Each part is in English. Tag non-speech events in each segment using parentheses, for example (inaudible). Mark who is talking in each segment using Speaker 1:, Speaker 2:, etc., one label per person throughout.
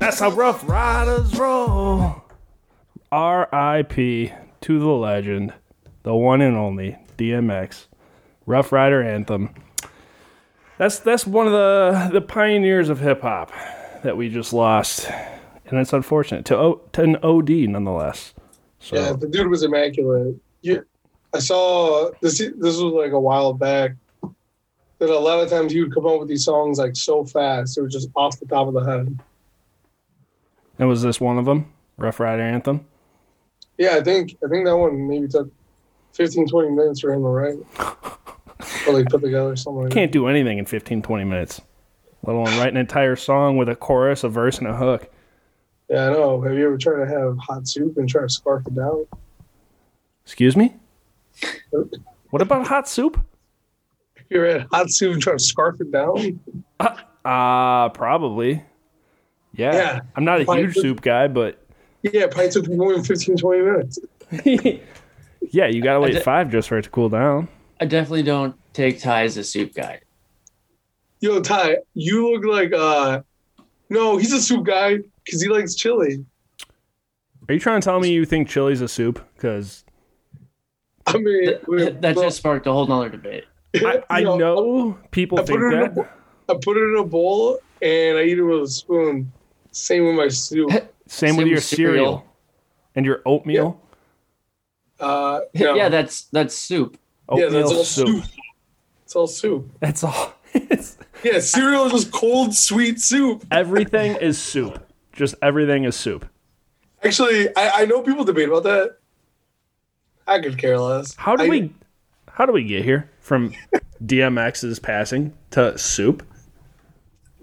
Speaker 1: That's how Rough Riders roll.
Speaker 2: R.I.P. to the legend, the one and only DMX, Rough Rider anthem. That's that's one of the the pioneers of hip hop that we just lost, and it's unfortunate to, o, to an OD nonetheless. So
Speaker 3: Yeah, Uh, the dude was immaculate. You, I saw this. This was like a while back. That a lot of times he would come up with these songs like so fast, it was just off the top of the head.
Speaker 2: and was this one of them? Rough Rider anthem.
Speaker 3: Yeah, I think I think that one maybe took 15, 20 minutes for him to write, or like put together something. Like
Speaker 2: Can't do anything in 15, 20 minutes, let alone write an entire song with a chorus, a verse, and a hook.
Speaker 3: that. Yeah, I know. Have you ever tried to have hot soup and try to scarf it down? (laughs)
Speaker 2: Excuse me. What about hot soup?
Speaker 3: Have you ever had hot soup and try to scarf it down?
Speaker 2: Uh probably. Yeah.
Speaker 3: Yeah.
Speaker 2: I'm not a
Speaker 3: Probably
Speaker 2: huge
Speaker 3: good.
Speaker 2: soup guy,
Speaker 3: (laughs)
Speaker 2: but
Speaker 3: Yeah, it probably took more than 15, 20 minutes.
Speaker 2: yeah, you gotta wait
Speaker 4: did-
Speaker 2: five just for it to cool down.
Speaker 4: I definitely don't take Ty as a soup guy.
Speaker 3: Yo, Ty, you look like uh, no, he's a soup guy because he likes chili.
Speaker 2: Are you trying to tell me you think chili's a soup? Because
Speaker 3: I mean, we-
Speaker 4: That just sparked a whole nother debate.
Speaker 2: I, I
Speaker 3: yo,
Speaker 2: know people
Speaker 3: I put
Speaker 2: think
Speaker 3: it in a
Speaker 2: that.
Speaker 3: bowl. I put it in a bowl and I eat it with a spoon. Same with my soup.
Speaker 2: Same, with
Speaker 4: Same
Speaker 2: your
Speaker 4: with
Speaker 2: cereal.
Speaker 4: cereal.
Speaker 2: and your oatmeal.
Speaker 3: Uh,
Speaker 4: Yeah,
Speaker 3: no.
Speaker 4: that's that's soup.
Speaker 3: yeah,
Speaker 2: Oatmeal
Speaker 3: that's all
Speaker 2: soup.
Speaker 3: soup. It's all soup.
Speaker 2: (laughs) That's all. It's,
Speaker 3: Yeah, cereal is just cold, sweet soup.
Speaker 2: everything is soup. Just everything is soup.
Speaker 3: Actually, I, I know people debate about that. I could care less.
Speaker 2: How do
Speaker 3: I-
Speaker 2: we? How do we get here from DMX's passing to soup?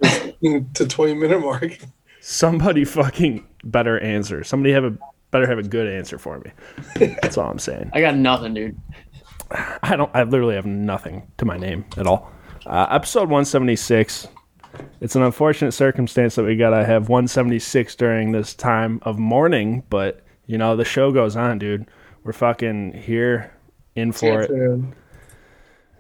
Speaker 3: to twenty minute mark?
Speaker 2: somebody (laughs) fucking better answer. Somebody have a better have a good answer for me. That's all I'm saying.
Speaker 4: I got nothing, dude.
Speaker 2: I don't. I literally have nothing to my name at all. Uh, episode 176. It's an unfortunate circumstance that we gotta have 176 during this time of mourning, but you know the show goes on, dude. We're fucking here in for it.
Speaker 3: Man.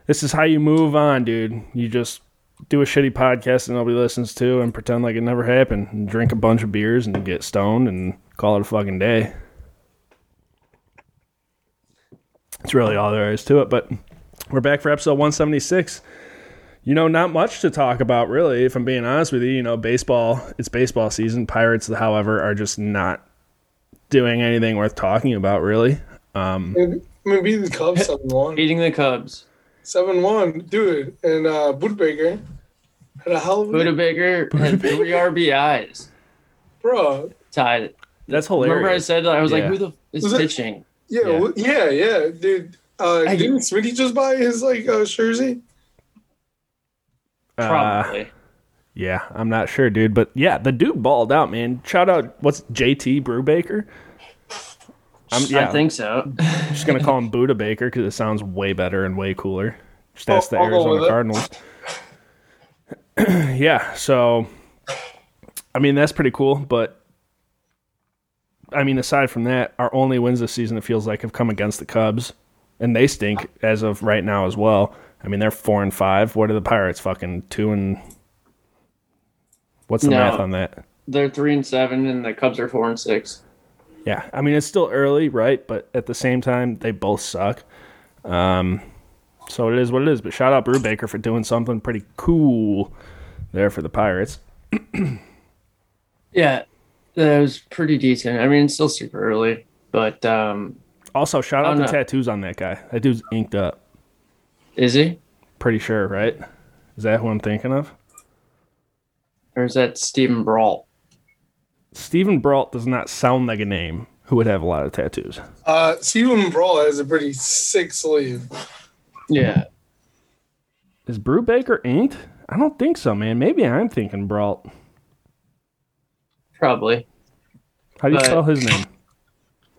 Speaker 2: This is how you move on, dude. You just do a shitty podcast that nobody listens to and pretend like it never happened and drink a bunch of beers and get stoned and call it a fucking day. That's really all there is to it, but we're back for episode 176. You know, not much to talk about, really, if I'm being honest with you. You know, baseball, it's baseball season. Pirates, however, are just not doing anything worth talking about, really.
Speaker 3: I mean, beat the Cubs seven one.
Speaker 4: Beating the Cubs.
Speaker 3: Seven one, dude, and uh, Bootbaker had a hell of a
Speaker 4: Buda
Speaker 2: (laughs)
Speaker 4: Baker had three RBIs.
Speaker 3: bro.
Speaker 4: Ty,
Speaker 2: That's hilarious.
Speaker 4: remember I said that? I was
Speaker 2: Yeah.
Speaker 4: like, who the f- is
Speaker 3: Was it-
Speaker 4: pitching?
Speaker 3: Yeah,
Speaker 2: Yeah.
Speaker 3: yeah, yeah, yeah dude. Uh,
Speaker 4: I-
Speaker 3: didn't Smitty just buy his like uh, jersey?
Speaker 2: Uh,
Speaker 4: Probably.
Speaker 2: Yeah, I'm not sure, dude, but yeah, the dude balled out, man. Shout out, what's JT Brewbaker? I'm yeah,
Speaker 4: I think so. (laughs)
Speaker 2: just gonna call him Buddha Baker because it sounds way better and way cooler. Just
Speaker 3: Oh,
Speaker 2: ask the
Speaker 3: I'll go
Speaker 2: Arizona
Speaker 3: with it.
Speaker 2: Cardinals. (clears throat) yeah, so I mean that's pretty cool, but I mean aside from that, our only wins this season it feels like have come against the Cubs, and they stink as of right now as well. I mean they're four and five. What are the Pirates? Fucking two and what's the
Speaker 4: No.
Speaker 2: math on that?
Speaker 4: They're three and seven, and the Cubs are four and six.
Speaker 2: Yeah, I mean it's still early, right? But at the same time, they both suck. Um, so it is what it is. But shout out Brew Baker for doing something pretty cool there for the Pirates.
Speaker 4: Yeah, that was pretty decent. I mean, it's still super early, but um,
Speaker 2: Also, shout out
Speaker 4: Oh,
Speaker 2: the
Speaker 4: no.
Speaker 2: tattoos on that guy. That dude's inked up.
Speaker 4: is he
Speaker 2: Pretty sure, right? Is that who I'm thinking of?
Speaker 4: or is that Stephen Brawl?
Speaker 2: Stephen Brault does not sound like a name who would have a lot of tattoos.
Speaker 3: Uh, Steven Brawl has a pretty sick sleeve.
Speaker 4: Yeah,
Speaker 2: Is Brew Baker inked? I don't think so, man. Maybe I'm thinking Brault.
Speaker 4: probably. (laughs)
Speaker 2: How do you
Speaker 4: But-
Speaker 2: spell his name?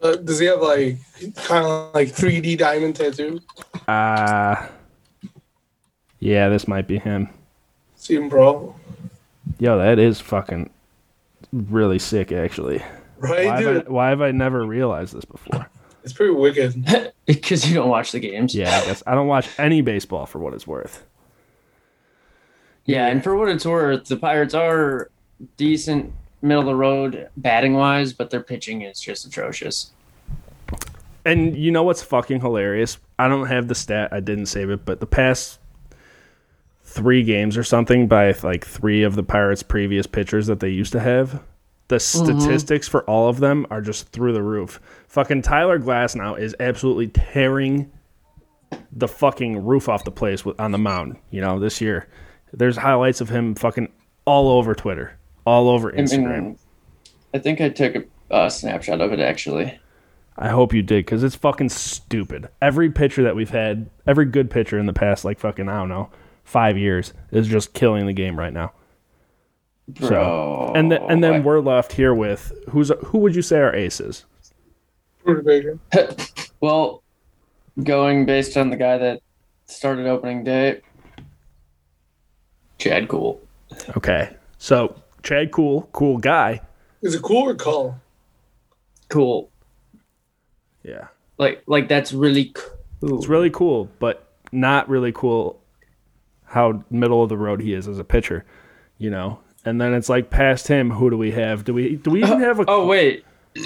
Speaker 3: Uh, does he have like kind of like 3D diamond tattoo?
Speaker 2: Uh, yeah, this might be him.
Speaker 3: Steven Brawl,
Speaker 2: Yo, that is fucking really sick, actually.
Speaker 3: right,
Speaker 2: Why
Speaker 3: dude?
Speaker 2: have, I, why have I never realized this before?
Speaker 3: It's
Speaker 2: (laughs)
Speaker 3: pretty wicked.
Speaker 4: Because you don't watch the games.
Speaker 2: Yeah, I guess I don't watch any baseball for what it's worth.
Speaker 4: yeah, and for what it's worth, the Pirates are decent middle of the road batting wise, but their pitching is just atrocious.
Speaker 2: And you know what's fucking hilarious? I don't have the stat. I didn't save it, but the past three games or something by like three of the Pirates' previous pitchers that they used to have, the statistics for all of them are just through the roof. Fucking Tyler Glass now is absolutely tearing the fucking roof off the place with, on the mound. You know, this year there's highlights of him fucking all over Twitter, all over
Speaker 4: I mean,
Speaker 2: Instagram.
Speaker 4: I think I took a uh, snapshot of it actually.
Speaker 2: I hope you did because it's fucking stupid. Every pitcher that we've had, every good pitcher in the past, like fucking, I don't know, five years, is just killing the game right now.
Speaker 4: Bro. (laughs)
Speaker 2: and then and
Speaker 4: I-
Speaker 2: then we're left here with who's who would you say are aces?
Speaker 3: Pretty big.
Speaker 4: Well, going based on the guy that started opening day, Chad Cool.
Speaker 2: Okay, so Chad Cool, cool guy.
Speaker 3: Is it cool or call?
Speaker 4: Cool.
Speaker 2: Yeah,
Speaker 4: Like like that's really cool.
Speaker 2: it's really cool, but not really cool. How middle of the road he is as a pitcher, you know. And then it's like past him, who do we have? Do we do we even have a?
Speaker 4: (laughs) oh wait,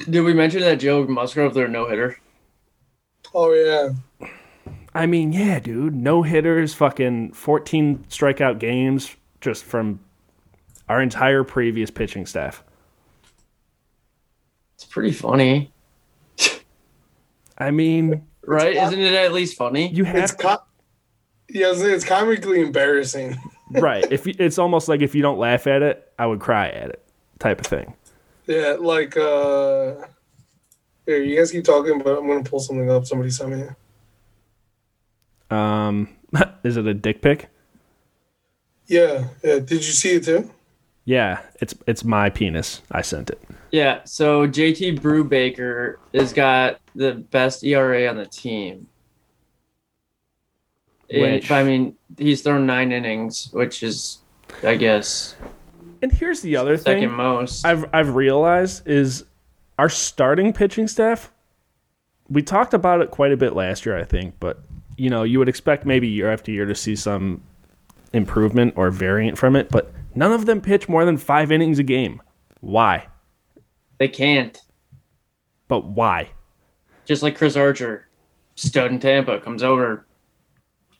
Speaker 4: did we mention that Joe Musgrove their no hitter?
Speaker 3: Oh yeah.
Speaker 2: I mean, yeah, dude. No hitters, fucking 14 strikeout games just from our entire previous pitching staff.
Speaker 4: It's pretty funny,
Speaker 2: I mean,
Speaker 4: right? Isn't it at least funny?
Speaker 2: you
Speaker 3: It's
Speaker 2: have to,
Speaker 3: co- yeah, I was gonna say, it's comically embarrassing.
Speaker 2: right. If you, it's almost like if you don't laugh at it, I would cry at it, type of thing.
Speaker 3: Yeah, like uh here, you guys keep talking, but I'm gonna pull something up. Somebody sent me.
Speaker 2: Um, (laughs) is it a dick pic?
Speaker 3: Yeah, yeah. Did you see it too?
Speaker 2: Yeah, it's it's my penis. I sent it.
Speaker 4: Yeah, so JT Brubaker has got the best ERA on the team. And,
Speaker 2: Which-
Speaker 4: I mean, he's thrown nine innings, which is, I guess,
Speaker 2: And here's the other
Speaker 4: second
Speaker 2: thing
Speaker 4: most.
Speaker 2: I've I've realized is our starting pitching staff. We talked about it quite a bit last year, I think, but you know, you would expect maybe year after year to see some improvement or variant from it, but none of them pitch more than five innings a game. Why?
Speaker 4: they can't.
Speaker 2: But why?
Speaker 4: Just like Chris Archer, stud in Tampa, comes over,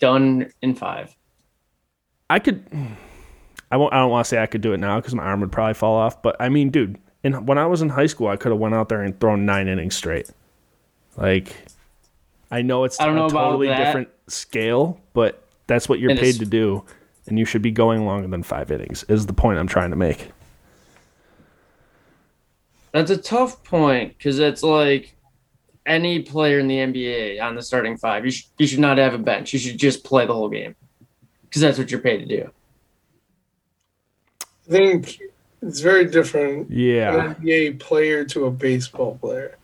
Speaker 4: done in five.
Speaker 2: I could. I won't. I don't want to say I could do it now because my arm would probably fall off. But I mean, dude, in, when I was in high school, I could have went out there and thrown nine innings straight. Like, I know it's
Speaker 4: I don't know
Speaker 2: a
Speaker 4: about
Speaker 2: totally
Speaker 4: that.
Speaker 2: different scale, but that's what you're
Speaker 4: And
Speaker 2: paid
Speaker 4: it's-
Speaker 2: to do, and you should be going longer than five innings. Is the point I'm trying to make?
Speaker 4: That's a tough point because it's like any player in the NBA on the starting five, you, sh- you should not have a bench. You should just play the whole game because that's what you're paid to do.
Speaker 3: I think it's very different
Speaker 2: Yeah,
Speaker 3: an NBA player to a baseball player.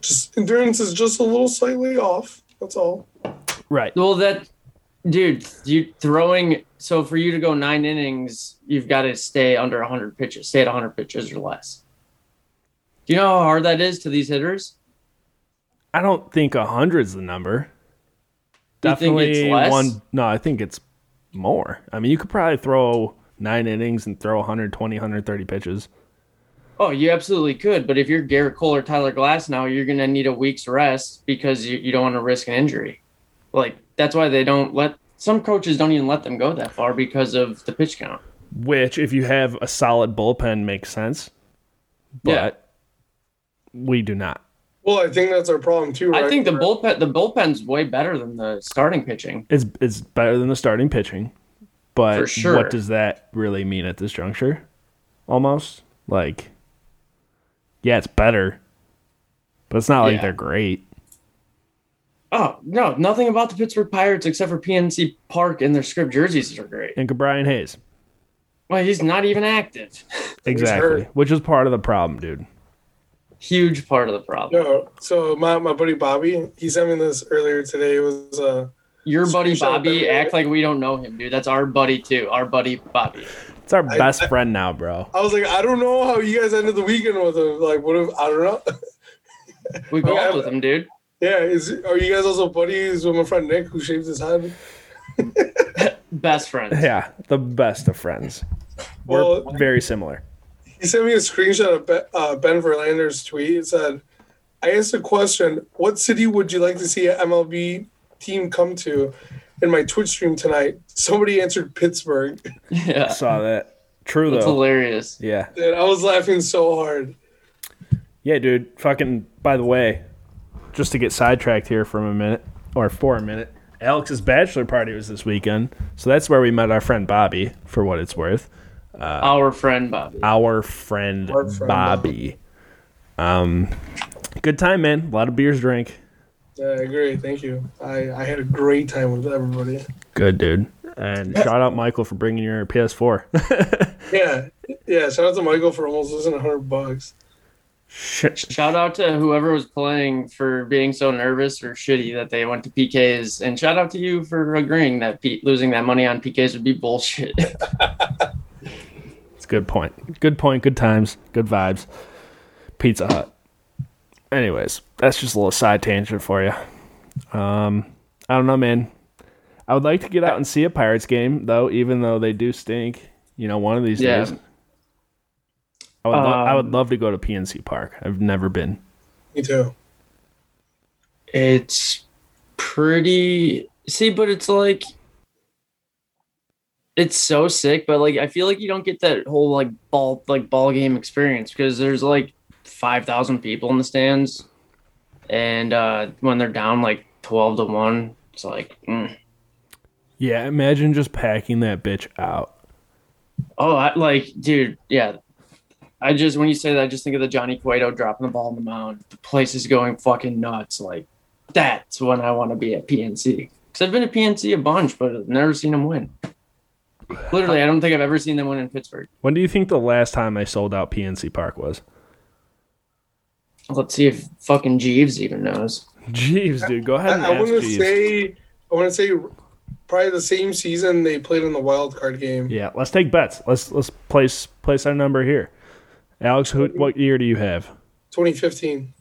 Speaker 3: Just endurance is just a little slightly off. That's all.
Speaker 2: right.
Speaker 4: Well, that dude, you throwing so for you to go nine innings, you've got to stay under 100 pitches, stay at 100 pitches or less. Do you know how hard that is to these hitters?
Speaker 2: I don't think a hundred's the number.
Speaker 4: You think
Speaker 2: Definitely
Speaker 4: it's less?
Speaker 2: one. No, I think it's more. I mean, you could probably throw nine innings and throw 120, 130 pitches.
Speaker 4: Oh, you absolutely could, but if you're Garrett Cole or Tyler Glass now, you're gonna need a week's rest because you, you don't want to risk an injury. Like that's why they don't let some coaches don't even let them go that far because of the pitch count.
Speaker 2: which if you have a solid bullpen makes sense but
Speaker 4: Yeah.
Speaker 2: we do not
Speaker 3: Well, I think that's our problem too. Right?
Speaker 4: I think the bullpen the bullpen's way better than the starting pitching.
Speaker 2: it's it's better than the starting pitching but
Speaker 4: For sure.
Speaker 2: what does that really mean at this juncture almost like yeah it's better but it's not like
Speaker 4: Yeah.
Speaker 2: they're great
Speaker 4: Oh no, nothing about the Pittsburgh Pirates except for PNC Park and their script jerseys are great.
Speaker 2: and Brian Hayes
Speaker 4: Well, he's not even active. (laughs)
Speaker 2: exactly
Speaker 3: hurt.
Speaker 2: which is part of the problem dude
Speaker 4: Huge part of the problem.
Speaker 3: No, so my, my buddy Bobby, he sent me this earlier today. It was uh
Speaker 4: Your buddy
Speaker 3: Screenshot
Speaker 4: Bobby,
Speaker 3: that.
Speaker 4: act like we don't know him, dude. That's our buddy too. Our buddy Bobby.
Speaker 2: it's our best friend now bro
Speaker 3: I was like, I don't know how you guys ended the weekend with him. Like what if I don't know. (laughs)
Speaker 4: We golfed
Speaker 3: Okay.
Speaker 4: with him, dude.
Speaker 3: yeah, is are you guys also buddies with my friend Nick who shaves his head?
Speaker 4: Best friends.
Speaker 2: yeah the best of friends we're
Speaker 3: Well-
Speaker 2: very similar
Speaker 3: he sent me a screenshot of Ben, uh, ben Verlander's tweet. It said, "I asked a question: What city would you like to see an MLB team come to?" In my Twitch stream tonight, somebody answered Pittsburgh, (laughs)
Speaker 2: I
Speaker 4: (laughs) Yeah,
Speaker 2: saw that. True
Speaker 4: that's
Speaker 2: though.
Speaker 4: hilarious.
Speaker 2: Yeah.
Speaker 3: and I was laughing so hard.
Speaker 2: Yeah, dude. Fucking. By the way, just to get sidetracked here for a minute or for a minute, Alex's bachelor party was this weekend, so that's where we met our friend Bobby. For what it's worth,
Speaker 4: Our friend Bobby.
Speaker 2: our friend,
Speaker 3: Our friend
Speaker 2: Bobby. Um, good time, man. A lot of beers drink.
Speaker 3: Yeah, I agree. Thank you. I, I had a great time with everybody.
Speaker 2: Good, dude. And shout out Michael for bringing your (laughs) PS4.
Speaker 3: Yeah, yeah. Shout out to Michael for almost losing hundred bucks.
Speaker 2: Shit.
Speaker 4: Shout out to whoever was playing for being so nervous or shitty that they went to PKs, and shout out to you for agreeing that P- losing that money on PKs would be bullshit. (laughs)
Speaker 2: It's a good point. Good point. Good times. Good vibes. Pizza Hut. Anyways, that's just a little side tangent for you. Um, I don't know, man. I would like to get out and see a Pirates game, though, even though they do stink. You know, one of these
Speaker 4: Yeah.
Speaker 2: days. I would, lo- I would
Speaker 4: Um,
Speaker 2: love to go to PNC Park. I've never been.
Speaker 3: Me too.
Speaker 4: it's pretty see, but it's like it's so sick, but like I feel like you don't get that whole like ball like ball game experience because there's like five thousand people in the stands, and uh when they're down like twelve to one, it's like. Mm.
Speaker 2: Yeah, imagine just packing that bitch out.
Speaker 4: Oh, I, like, dude, yeah. I just when you say that, I just think of the Johnny Cueto dropping the ball on the mound. The place is going fucking nuts. Like, that's when I want to be at PNC because I've been at PNC a bunch, but I've never seen them win. Literally, I don't think I've ever seen them win in Pittsburgh.
Speaker 2: When do you think the last time I sold out PNC Park was?
Speaker 4: Let's see if fucking Jeeves even knows.
Speaker 2: Jeeves, dude, go ahead and
Speaker 3: I, I
Speaker 2: ask
Speaker 3: want to
Speaker 2: Jeeves.
Speaker 3: say I want to say probably the same season they played in the wild card game.
Speaker 2: Yeah, let's take bets. Let's let's place place our number here. Alex, who, what year do you have?
Speaker 3: 2015.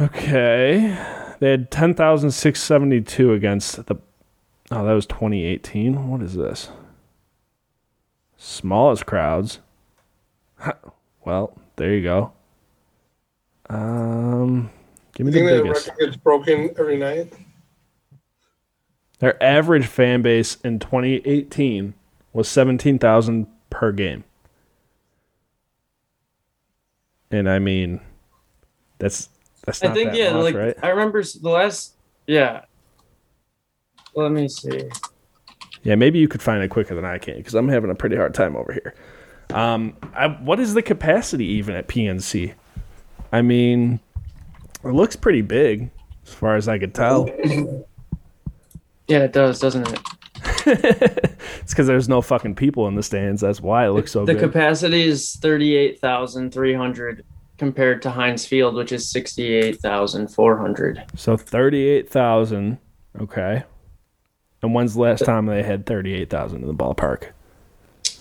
Speaker 2: Okay, they had ten thousand six seventy two against the. Oh, that was twenty eighteen. What is this? Smallest crowds. (laughs) Huh, Well, there you go. Um, give me
Speaker 3: You
Speaker 2: the
Speaker 3: think that
Speaker 2: biggest.
Speaker 3: record gets broken every night?
Speaker 2: Their average fan base in 2018 was 17,000 per game. And I mean, that's that's not
Speaker 4: I think
Speaker 2: that
Speaker 4: yeah,
Speaker 2: much,
Speaker 4: like
Speaker 2: right?
Speaker 4: I remember s- the last yeah. Let me see.
Speaker 2: Yeah, maybe you could find it quicker than I can because I'm having a pretty hard time over here. Um, I, what is the capacity even at PNC? I mean, it looks pretty big as far as I could tell. (laughs)
Speaker 4: Yeah, it does, doesn't it?
Speaker 2: it's because there's no fucking people in the stands. That's why it looks so
Speaker 4: The
Speaker 2: big.
Speaker 4: capacity is 38,300 compared to Heinz Field, which is 68,400.
Speaker 2: So thirty-eight thousand. Okay. And when's the last time they had thirty-eight thousand in the ballpark?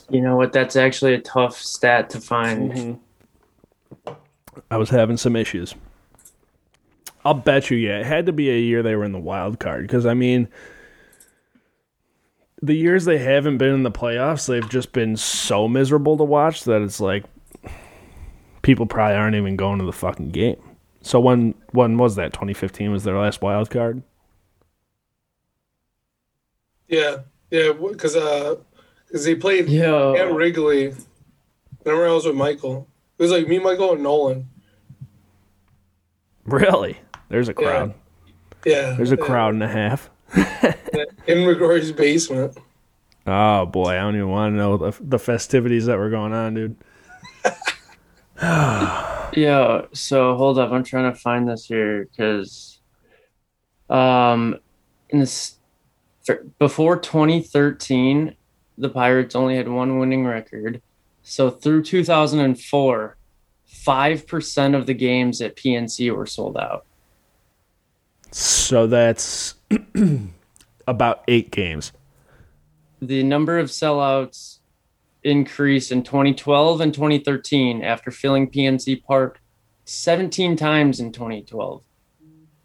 Speaker 4: You know what? That's actually a tough stat to find.
Speaker 2: I was having some issues. I'll bet you, yeah, it had to be a year they were in the wild card because I mean, the years they haven't been in the playoffs, they've just been so miserable to watch that it's like people probably aren't even going to the fucking game. So when when was that? Twenty fifteen was their last wild card.
Speaker 3: Yeah, yeah, because because they played at
Speaker 4: Yo,
Speaker 3: Wrigley. Remember, I was with Michael. It was like me, Michael, and Nolan.
Speaker 2: Really? There's a crowd.
Speaker 3: Yeah,
Speaker 2: There's a
Speaker 3: yeah.
Speaker 2: crowd and a half.
Speaker 3: in McGrory's basement.
Speaker 2: Oh boy, I don't even want to know the, the festivities that were going on, dude.
Speaker 4: yo. So hold up. I'm trying to find this here because, um, in this for, before 2013, the Pirates only had one winning record. So through 2004, 5% of the games at PNC were sold out.
Speaker 2: So that's (clears throat) about eight games.
Speaker 4: the number of sellouts increased in 2012 and 2013 after filling PNC Park 17 times in 2012.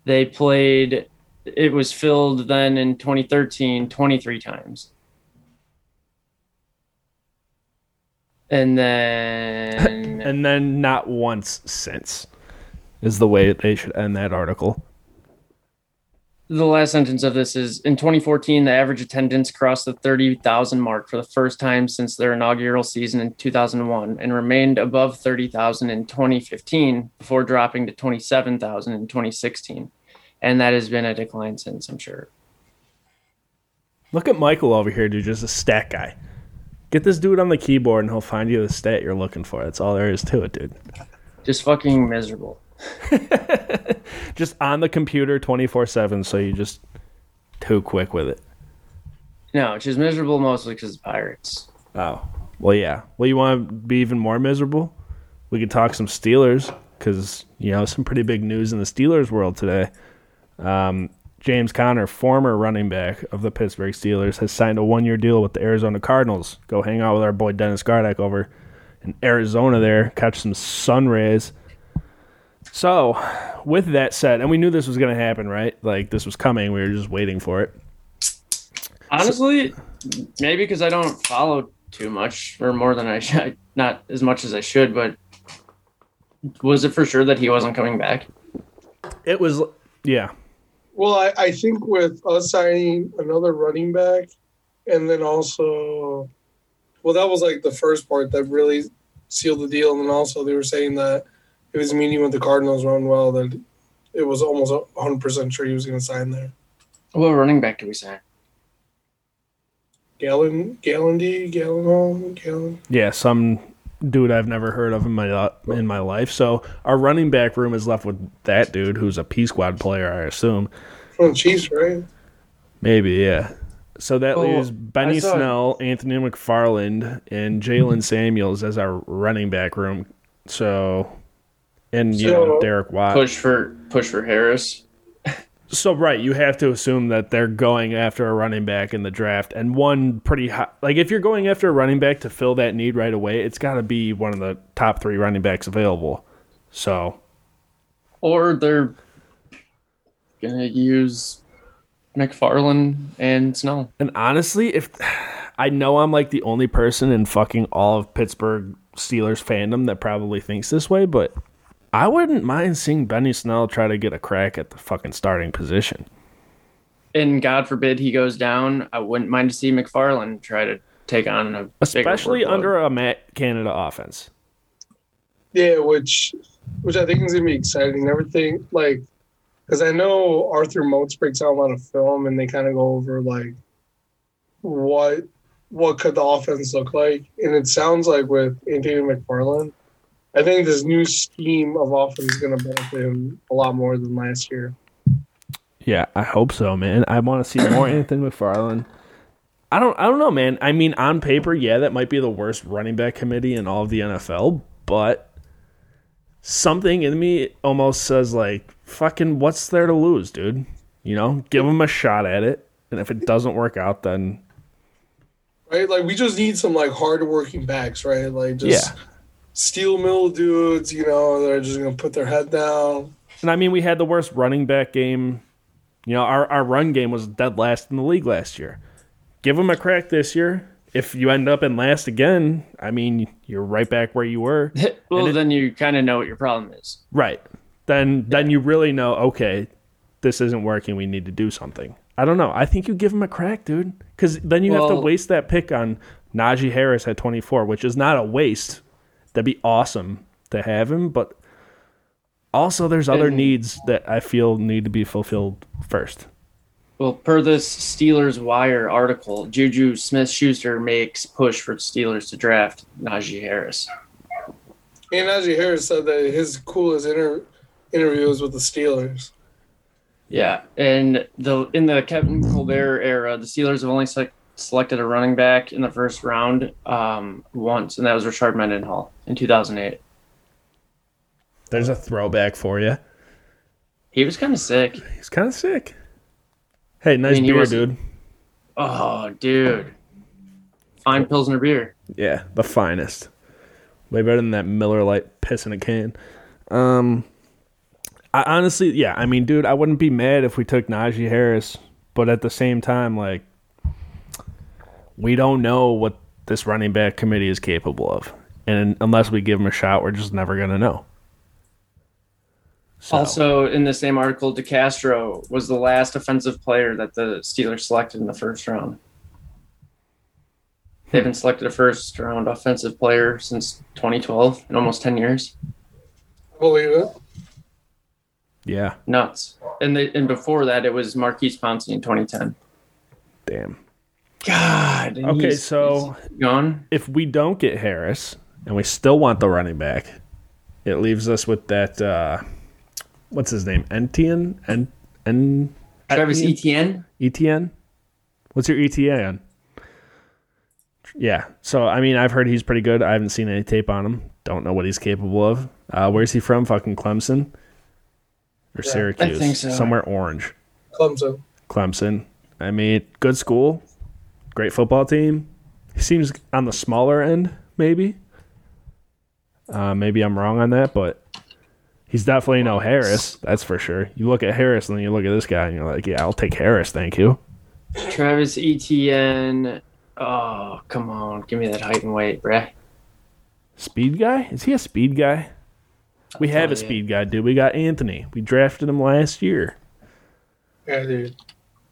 Speaker 4: They played, it was filled then in 2013 23 times.
Speaker 2: (laughs)
Speaker 4: and then
Speaker 2: and then not once since is the way they should end that article.
Speaker 4: the last sentence of this is in 2014 the average attendance crossed the 30,000 mark for the first time since their inaugural season in 2001 and remained above 30,000 in 2015 before dropping to 27,000 in 2016 and that has been a decline since i'm sure
Speaker 2: Look at Michael over here, dude, just a stat guy. Get this dude on the keyboard and he'll find you the stat you're looking for. That's all there is to it, dude.
Speaker 4: just fucking miserable
Speaker 2: Just on the computer 24 7, so you just too quick with it.
Speaker 4: no she's miserable mostly because of pirates
Speaker 2: Oh. Well, yeah. Well, you want to be even more miserable? We could talk some Steelers because, you know, some pretty big news in the Steelers world today. Um, James Conner, former running back of the Pittsburgh Steelers, has signed a one year deal with the Arizona Cardinals. Go hang out with our boy Dennis Gardeck over in Arizona there, catch some sun rays. So, with that said, and we knew this was going to happen, right? Like, this was coming. We were just waiting for it.
Speaker 4: honestly maybe because i don't follow too much or more than i should not as much as i should but was it for sure that he wasn't coming back
Speaker 2: It was, yeah.
Speaker 3: Well, I, I think with us signing another running back, and then also, well, that was like the first part that really sealed the deal. And then also, they were saying that it was meeting with the Cardinals run well that it was almost 100 percent sure he was going to sign there.
Speaker 4: What running back do we sign?
Speaker 3: Gallon, Gallon D, Gallon Hall, Gallon.
Speaker 2: yeah, some dude I've never heard of in my uh, in my life. So our running back room is left with that dude who's a P squad player, I assume.
Speaker 3: From the Chiefs, right?
Speaker 2: Maybe, yeah. So that
Speaker 4: Oh,
Speaker 2: leaves Benny
Speaker 4: I saw- Mm-hmm.
Speaker 2: Snell, Anthony McFarland, and Jalen Samuels as our running back room. So, and you know
Speaker 3: So-
Speaker 2: Derek Watt.
Speaker 4: Push for push for Harris.
Speaker 2: So right, you have to assume that they're going after a running back in the draft, and one pretty high. Like if you're going after a running back to fill that need right away, it's got to be one of the top three running backs available. So
Speaker 4: Or they're gonna use McFarland and Snell.
Speaker 2: And honestly, if (sighs) I know I'm like the only person in fucking all of Pittsburgh Steelers fandom that probably thinks this way, but I wouldn't mind seeing Benny Snell try to get a crack at the fucking starting position.
Speaker 4: And God forbid he goes down, I wouldn't mind to see McFarland try to take on a bigger
Speaker 2: Especially
Speaker 4: workload.
Speaker 2: under a Matt Canada offense.
Speaker 3: Yeah, which which I think is gonna be exciting. Everything like because I know Arthur Motes breaks out a lot of film, and they kind of go over like what what could the offense look like, and it sounds like with Anthony McFarland, I think this new scheme of offense is gonna benefit him a lot more than last year.
Speaker 2: Yeah, I hope so, man. I want to see more Anthony McFarland. I don't I don't know, man. I mean, on paper, yeah, that might be the worst running back committee in all of the NFL, but something in me almost says like, fucking what's there to lose, dude? You know, give him a shot at it, and if it doesn't work out, then
Speaker 3: Right, like we just need some like hard-working backs, right? Like just
Speaker 2: yeah.
Speaker 3: steel mill dudes, you know, they're just gonna put their head down.
Speaker 2: And I mean, we had the worst running back game. You know, our our run game was dead last in the league last year. Give him a crack this year. If you end up in last again, I mean, you're right back where you were.
Speaker 4: (laughs) well,
Speaker 2: and it-
Speaker 4: then you kind of know what your problem is.
Speaker 2: Right. Then then you really know, okay, this isn't working, we need to do something. I don't know. I think you give him a crack, dude. Cause then you have to
Speaker 4: Well-
Speaker 2: waste that pick on Najee Harris at twenty four, which is not a waste. That'd be awesome to have him, but also there's other
Speaker 4: And-
Speaker 2: needs that I feel need to be fulfilled first.
Speaker 4: Well, per this Steelers Wire article, Juju Smith Schuster makes push for Steelers to draft Najee Harris.
Speaker 3: And Najee Harris said that his coolest inter- interview was with the Steelers.
Speaker 4: Yeah, and the in the Kevin Colbert era, the Steelers have only se- selected a running back in the first round um, once, and that was Richard Mendenhall in 2008.
Speaker 2: There's a throwback for you.
Speaker 4: He was kind of sick.
Speaker 2: He's kinda sick. Hey, nice
Speaker 4: mean, he
Speaker 2: beer,
Speaker 4: was-
Speaker 2: dude.
Speaker 4: Oh, dude, fine pilsner beer.
Speaker 2: Yeah, the finest. Way better than that Miller Lite piss in a can. Um, I honestly, yeah, I mean, dude, I wouldn't be mad if we took Najee Harris, but at the same time, like, we don't know what this running back committee is capable of. and unless we give him a shot, we're just never gonna know. So,
Speaker 4: Also, in the same article, DeCastro was the last offensive player that the Steelers selected in the first round. They haven't selected a first round offensive player since 2012 in almost 10 years.
Speaker 3: I believe it.
Speaker 2: yeah,
Speaker 4: Nuts. And they, and before that, it was Marquise Pouncey in 2010.
Speaker 2: damn.
Speaker 4: God. and
Speaker 2: Okay,
Speaker 4: he's-
Speaker 2: so
Speaker 4: he's gone.
Speaker 2: if we don't get Harris and we still want the running back, it leaves us with that. Uh, what's his name? Etienne and and
Speaker 4: Travis Etienne.
Speaker 2: Etienne. E What's your E Etienne? Yeah. So I mean, I've heard he's pretty good. I haven't seen any tape on him. Don't know what he's capable of. Uh, where's he from? Fucking Clemson or Syracuse?
Speaker 4: think so.
Speaker 2: Somewhere orange.
Speaker 3: Clemson.
Speaker 2: Clemson. I mean, good school, great football team. He seems on the smaller end, maybe. Uh, maybe I'm wrong on that, but he's definitely no Harris. That's for sure. You look at Harris and then you look at this guy and you're like, yeah, I'll take Harris, thank you.
Speaker 4: Travis Etienne. Oh, come on. Give me that height and weight, bruh.
Speaker 2: Speed guy? Is he a speed guy? We have a
Speaker 4: tell ya.
Speaker 2: speed guy, dude. We got Anthony. We drafted him last year.
Speaker 3: Yeah, dude.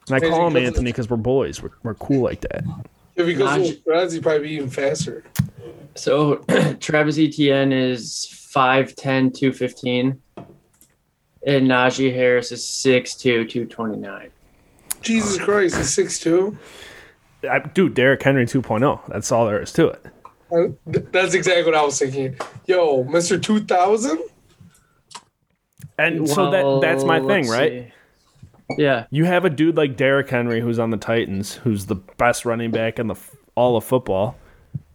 Speaker 2: And I
Speaker 3: Crazy
Speaker 2: call him
Speaker 3: because of-
Speaker 2: Anthony because we're boys. We're, we're cool like that.
Speaker 3: If he goes
Speaker 4: Naj-
Speaker 3: to Browns, he'd probably be even faster.
Speaker 4: So (clears throat) Travis Etienne is 5'10, 215. And Najee Harris is 6'2, 229.
Speaker 3: Jesus Christ, he's six two.
Speaker 2: I, dude, Derrick Henry 2.0. That's all there is to it.
Speaker 3: Uh, That's exactly what I was thinking. Yo, Mister Two Thousand.
Speaker 2: And so that that's my
Speaker 4: Well,
Speaker 2: thing,
Speaker 4: let's
Speaker 2: right?
Speaker 4: see. Yeah.
Speaker 2: You have a dude like Derrick Henry who's on the Titans, who's the best running back in the f- all of football,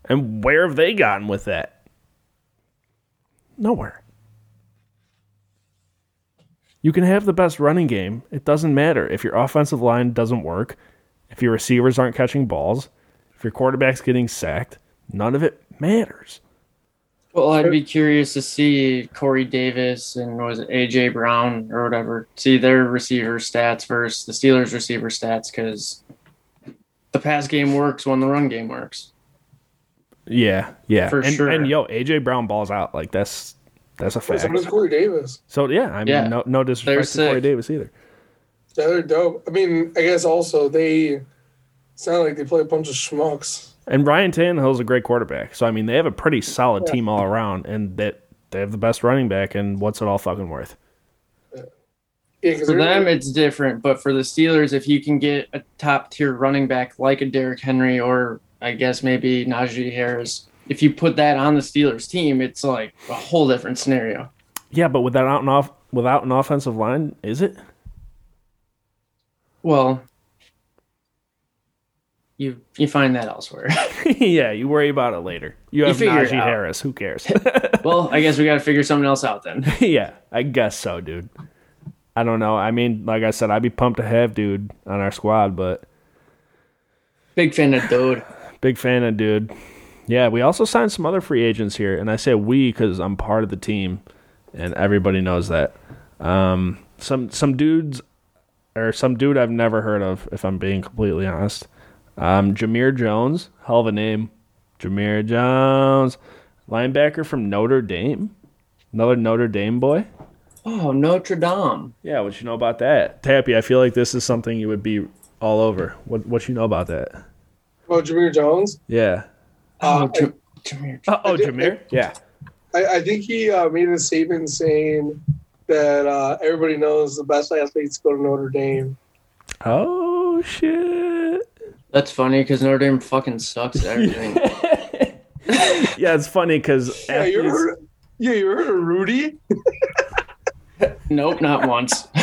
Speaker 2: and where have they gotten with that? Nowhere. You can have the best running game. It doesn't matter if your offensive line doesn't work, if your receivers aren't catching balls, if your quarterback's getting sacked. None of it matters.
Speaker 4: Well, I'd be curious to see Corey Davis and was it AJ Brown or whatever, see their receiver stats versus the Steelers receiver stats because the pass game works when the run game works.
Speaker 2: Yeah, yeah,
Speaker 4: For
Speaker 2: and,
Speaker 4: sure.
Speaker 2: And yo, AJ Brown balls out like that's that's a fact.
Speaker 3: So does Corey Davis.
Speaker 2: So yeah, I mean,
Speaker 4: Yeah.
Speaker 2: no, no
Speaker 4: They're
Speaker 2: disrespect to
Speaker 4: sick.
Speaker 2: Corey Davis either.
Speaker 3: Yeah, they're dope. I mean, I guess also they sound like they play a bunch of schmucks.
Speaker 2: And Ryan Tannehill's a great quarterback. So I mean, they have a pretty solid team all around, and that they have the best running back. And what's it all fucking worth?
Speaker 3: Yeah, because
Speaker 4: For them,
Speaker 3: they're
Speaker 4: it's different, but for the Steelers, if you can get a top tier running back like a Derrick Henry or I guess maybe Najee Harris, if you put that on the Steelers team, it's like a whole different scenario.
Speaker 2: Yeah, but without an off without an offensive line, is it? (laughs)
Speaker 4: Well, you you find that elsewhere.
Speaker 2: yeah, you worry about it later. You have
Speaker 4: figure it
Speaker 2: Najee
Speaker 4: out.
Speaker 2: Harris. Who cares? (laughs)
Speaker 4: well, I guess we got to figure something else out then. (laughs)
Speaker 2: yeah, I guess so, dude. I don't know. I mean, like I said, I'd be pumped to have dude on our squad, but
Speaker 4: Big fan of Dode.
Speaker 2: Big fan of dude. Yeah, we also signed some other free agents here, and I say we because I'm part of the team, and everybody knows that. Um, some some dudes, or some dude I've never heard of, if I'm being completely honest. Um, Jameer Jones, hell of a name, Jameer Jones, linebacker from Notre Dame, another Notre Dame boy.
Speaker 4: Oh, Notre Dame.
Speaker 2: Yeah, what you know about that, Tappy? I feel like this is something you would be all over. What what you know about that?
Speaker 3: about Oh, Jameer Jones.
Speaker 2: Yeah.
Speaker 4: Oh,
Speaker 3: Uh,
Speaker 4: Jam- Jameer.
Speaker 2: Oh,
Speaker 3: did-
Speaker 2: Jameer. Yeah.
Speaker 3: I, I think he uh, made a statement saying that uh, everybody knows the best athletes go to Notre Dame.
Speaker 2: Oh
Speaker 4: (laughs)
Speaker 2: shit!
Speaker 4: That's funny because Notre Dame fucking sucks
Speaker 2: (laughs)
Speaker 4: at everything.
Speaker 2: Yeah, it's funny because
Speaker 3: Yeah, you ever heard? Yeah, you ever heard of Rudy?
Speaker 4: nope, not once. (laughs)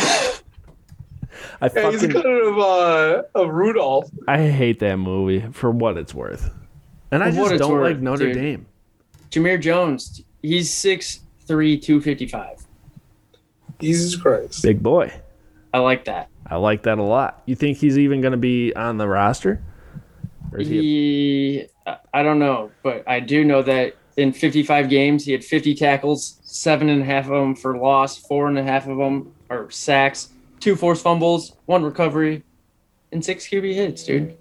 Speaker 2: I
Speaker 3: Yeah, he's a
Speaker 2: fucking
Speaker 3: kind of uh, of Rudolph.
Speaker 2: I hate that movie for what it's worth, and I
Speaker 4: For what
Speaker 2: just
Speaker 4: it's
Speaker 2: don't
Speaker 4: worth,
Speaker 2: like Notre
Speaker 4: dude.
Speaker 2: Dame.
Speaker 4: Jameer Jones. He's 6'3", 255.
Speaker 3: Jesus Christ!
Speaker 2: Big boy,
Speaker 4: I like that.
Speaker 2: I like that a lot. You think he's even going to be on the roster? Or is he?
Speaker 4: He, I- I don't know, but I do know that in 55 games, he had 50 tackles, seven and a half of them for loss, four and a half of them are sacks, two forced fumbles, one recovery, and six QB hits, dude.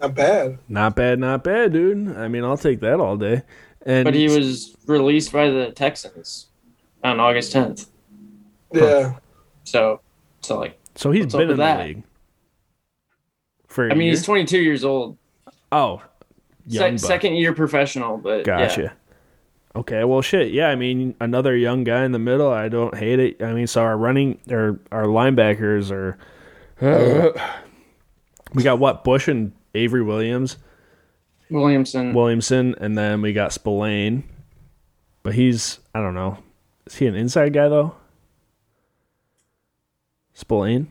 Speaker 3: Not bad.
Speaker 2: Not bad, not bad, dude. I mean, I'll take that all day. And
Speaker 4: but he was released by the Texans on August 10th.
Speaker 3: Yeah.
Speaker 4: So, so like,
Speaker 2: so he's
Speaker 4: what's up
Speaker 2: been in
Speaker 4: with
Speaker 2: the
Speaker 4: that?
Speaker 2: league. For
Speaker 4: I mean,
Speaker 2: year?
Speaker 4: he's 22 years old,
Speaker 2: oh, young
Speaker 4: se-
Speaker 2: buck.
Speaker 4: second year professional, but
Speaker 2: Gotcha.
Speaker 4: yeah.
Speaker 2: Okay, well, shit. Yeah, I mean, another young guy in the middle. I don't hate it. I mean, so our running or our linebackers are. (sighs) we got what Bush and Avery Williams,
Speaker 4: Williamson.
Speaker 2: Williamson, and then we got Spillane. But he's I don't know. Is he an inside guy though? Spillane,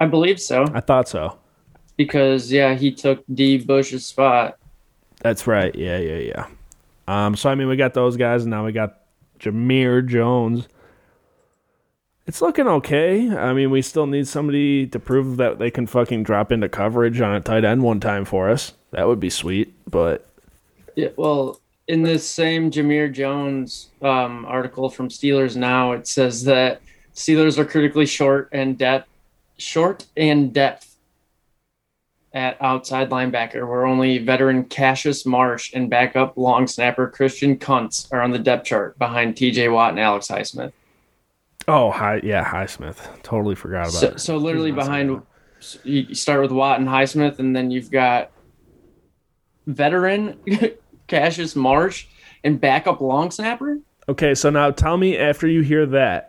Speaker 4: I believe so
Speaker 2: I thought so.
Speaker 4: because yeah, he took D Bush's spot.
Speaker 2: That's right. Yeah, yeah, yeah. Um, so I mean, we got those guys, and now we got Jameer Jones. It's looking okay. I mean, we still need somebody to prove that they can fucking drop into coverage on a tight end one time for us. That would be sweet, but
Speaker 4: Yeah, well, in this same Jameer Jones um, article from Steelers Now, it says that Steelers are critically short and depth, short and depth at outside linebacker, where only veteran Cassius Marsh and backup long snapper Christian Kuntz are on the depth chart behind T.J. Watt and Alex Highsmith.
Speaker 2: oh, hi, yeah, Highsmith. Totally forgot about
Speaker 4: So,
Speaker 2: it.
Speaker 4: so literally
Speaker 2: He's not
Speaker 4: behind,
Speaker 2: signed.
Speaker 4: so you you start with Watt and Highsmith, and then you've got veteran (laughs) Cassius Marsh and backup long snapper.
Speaker 2: Okay, so now tell me after you hear that,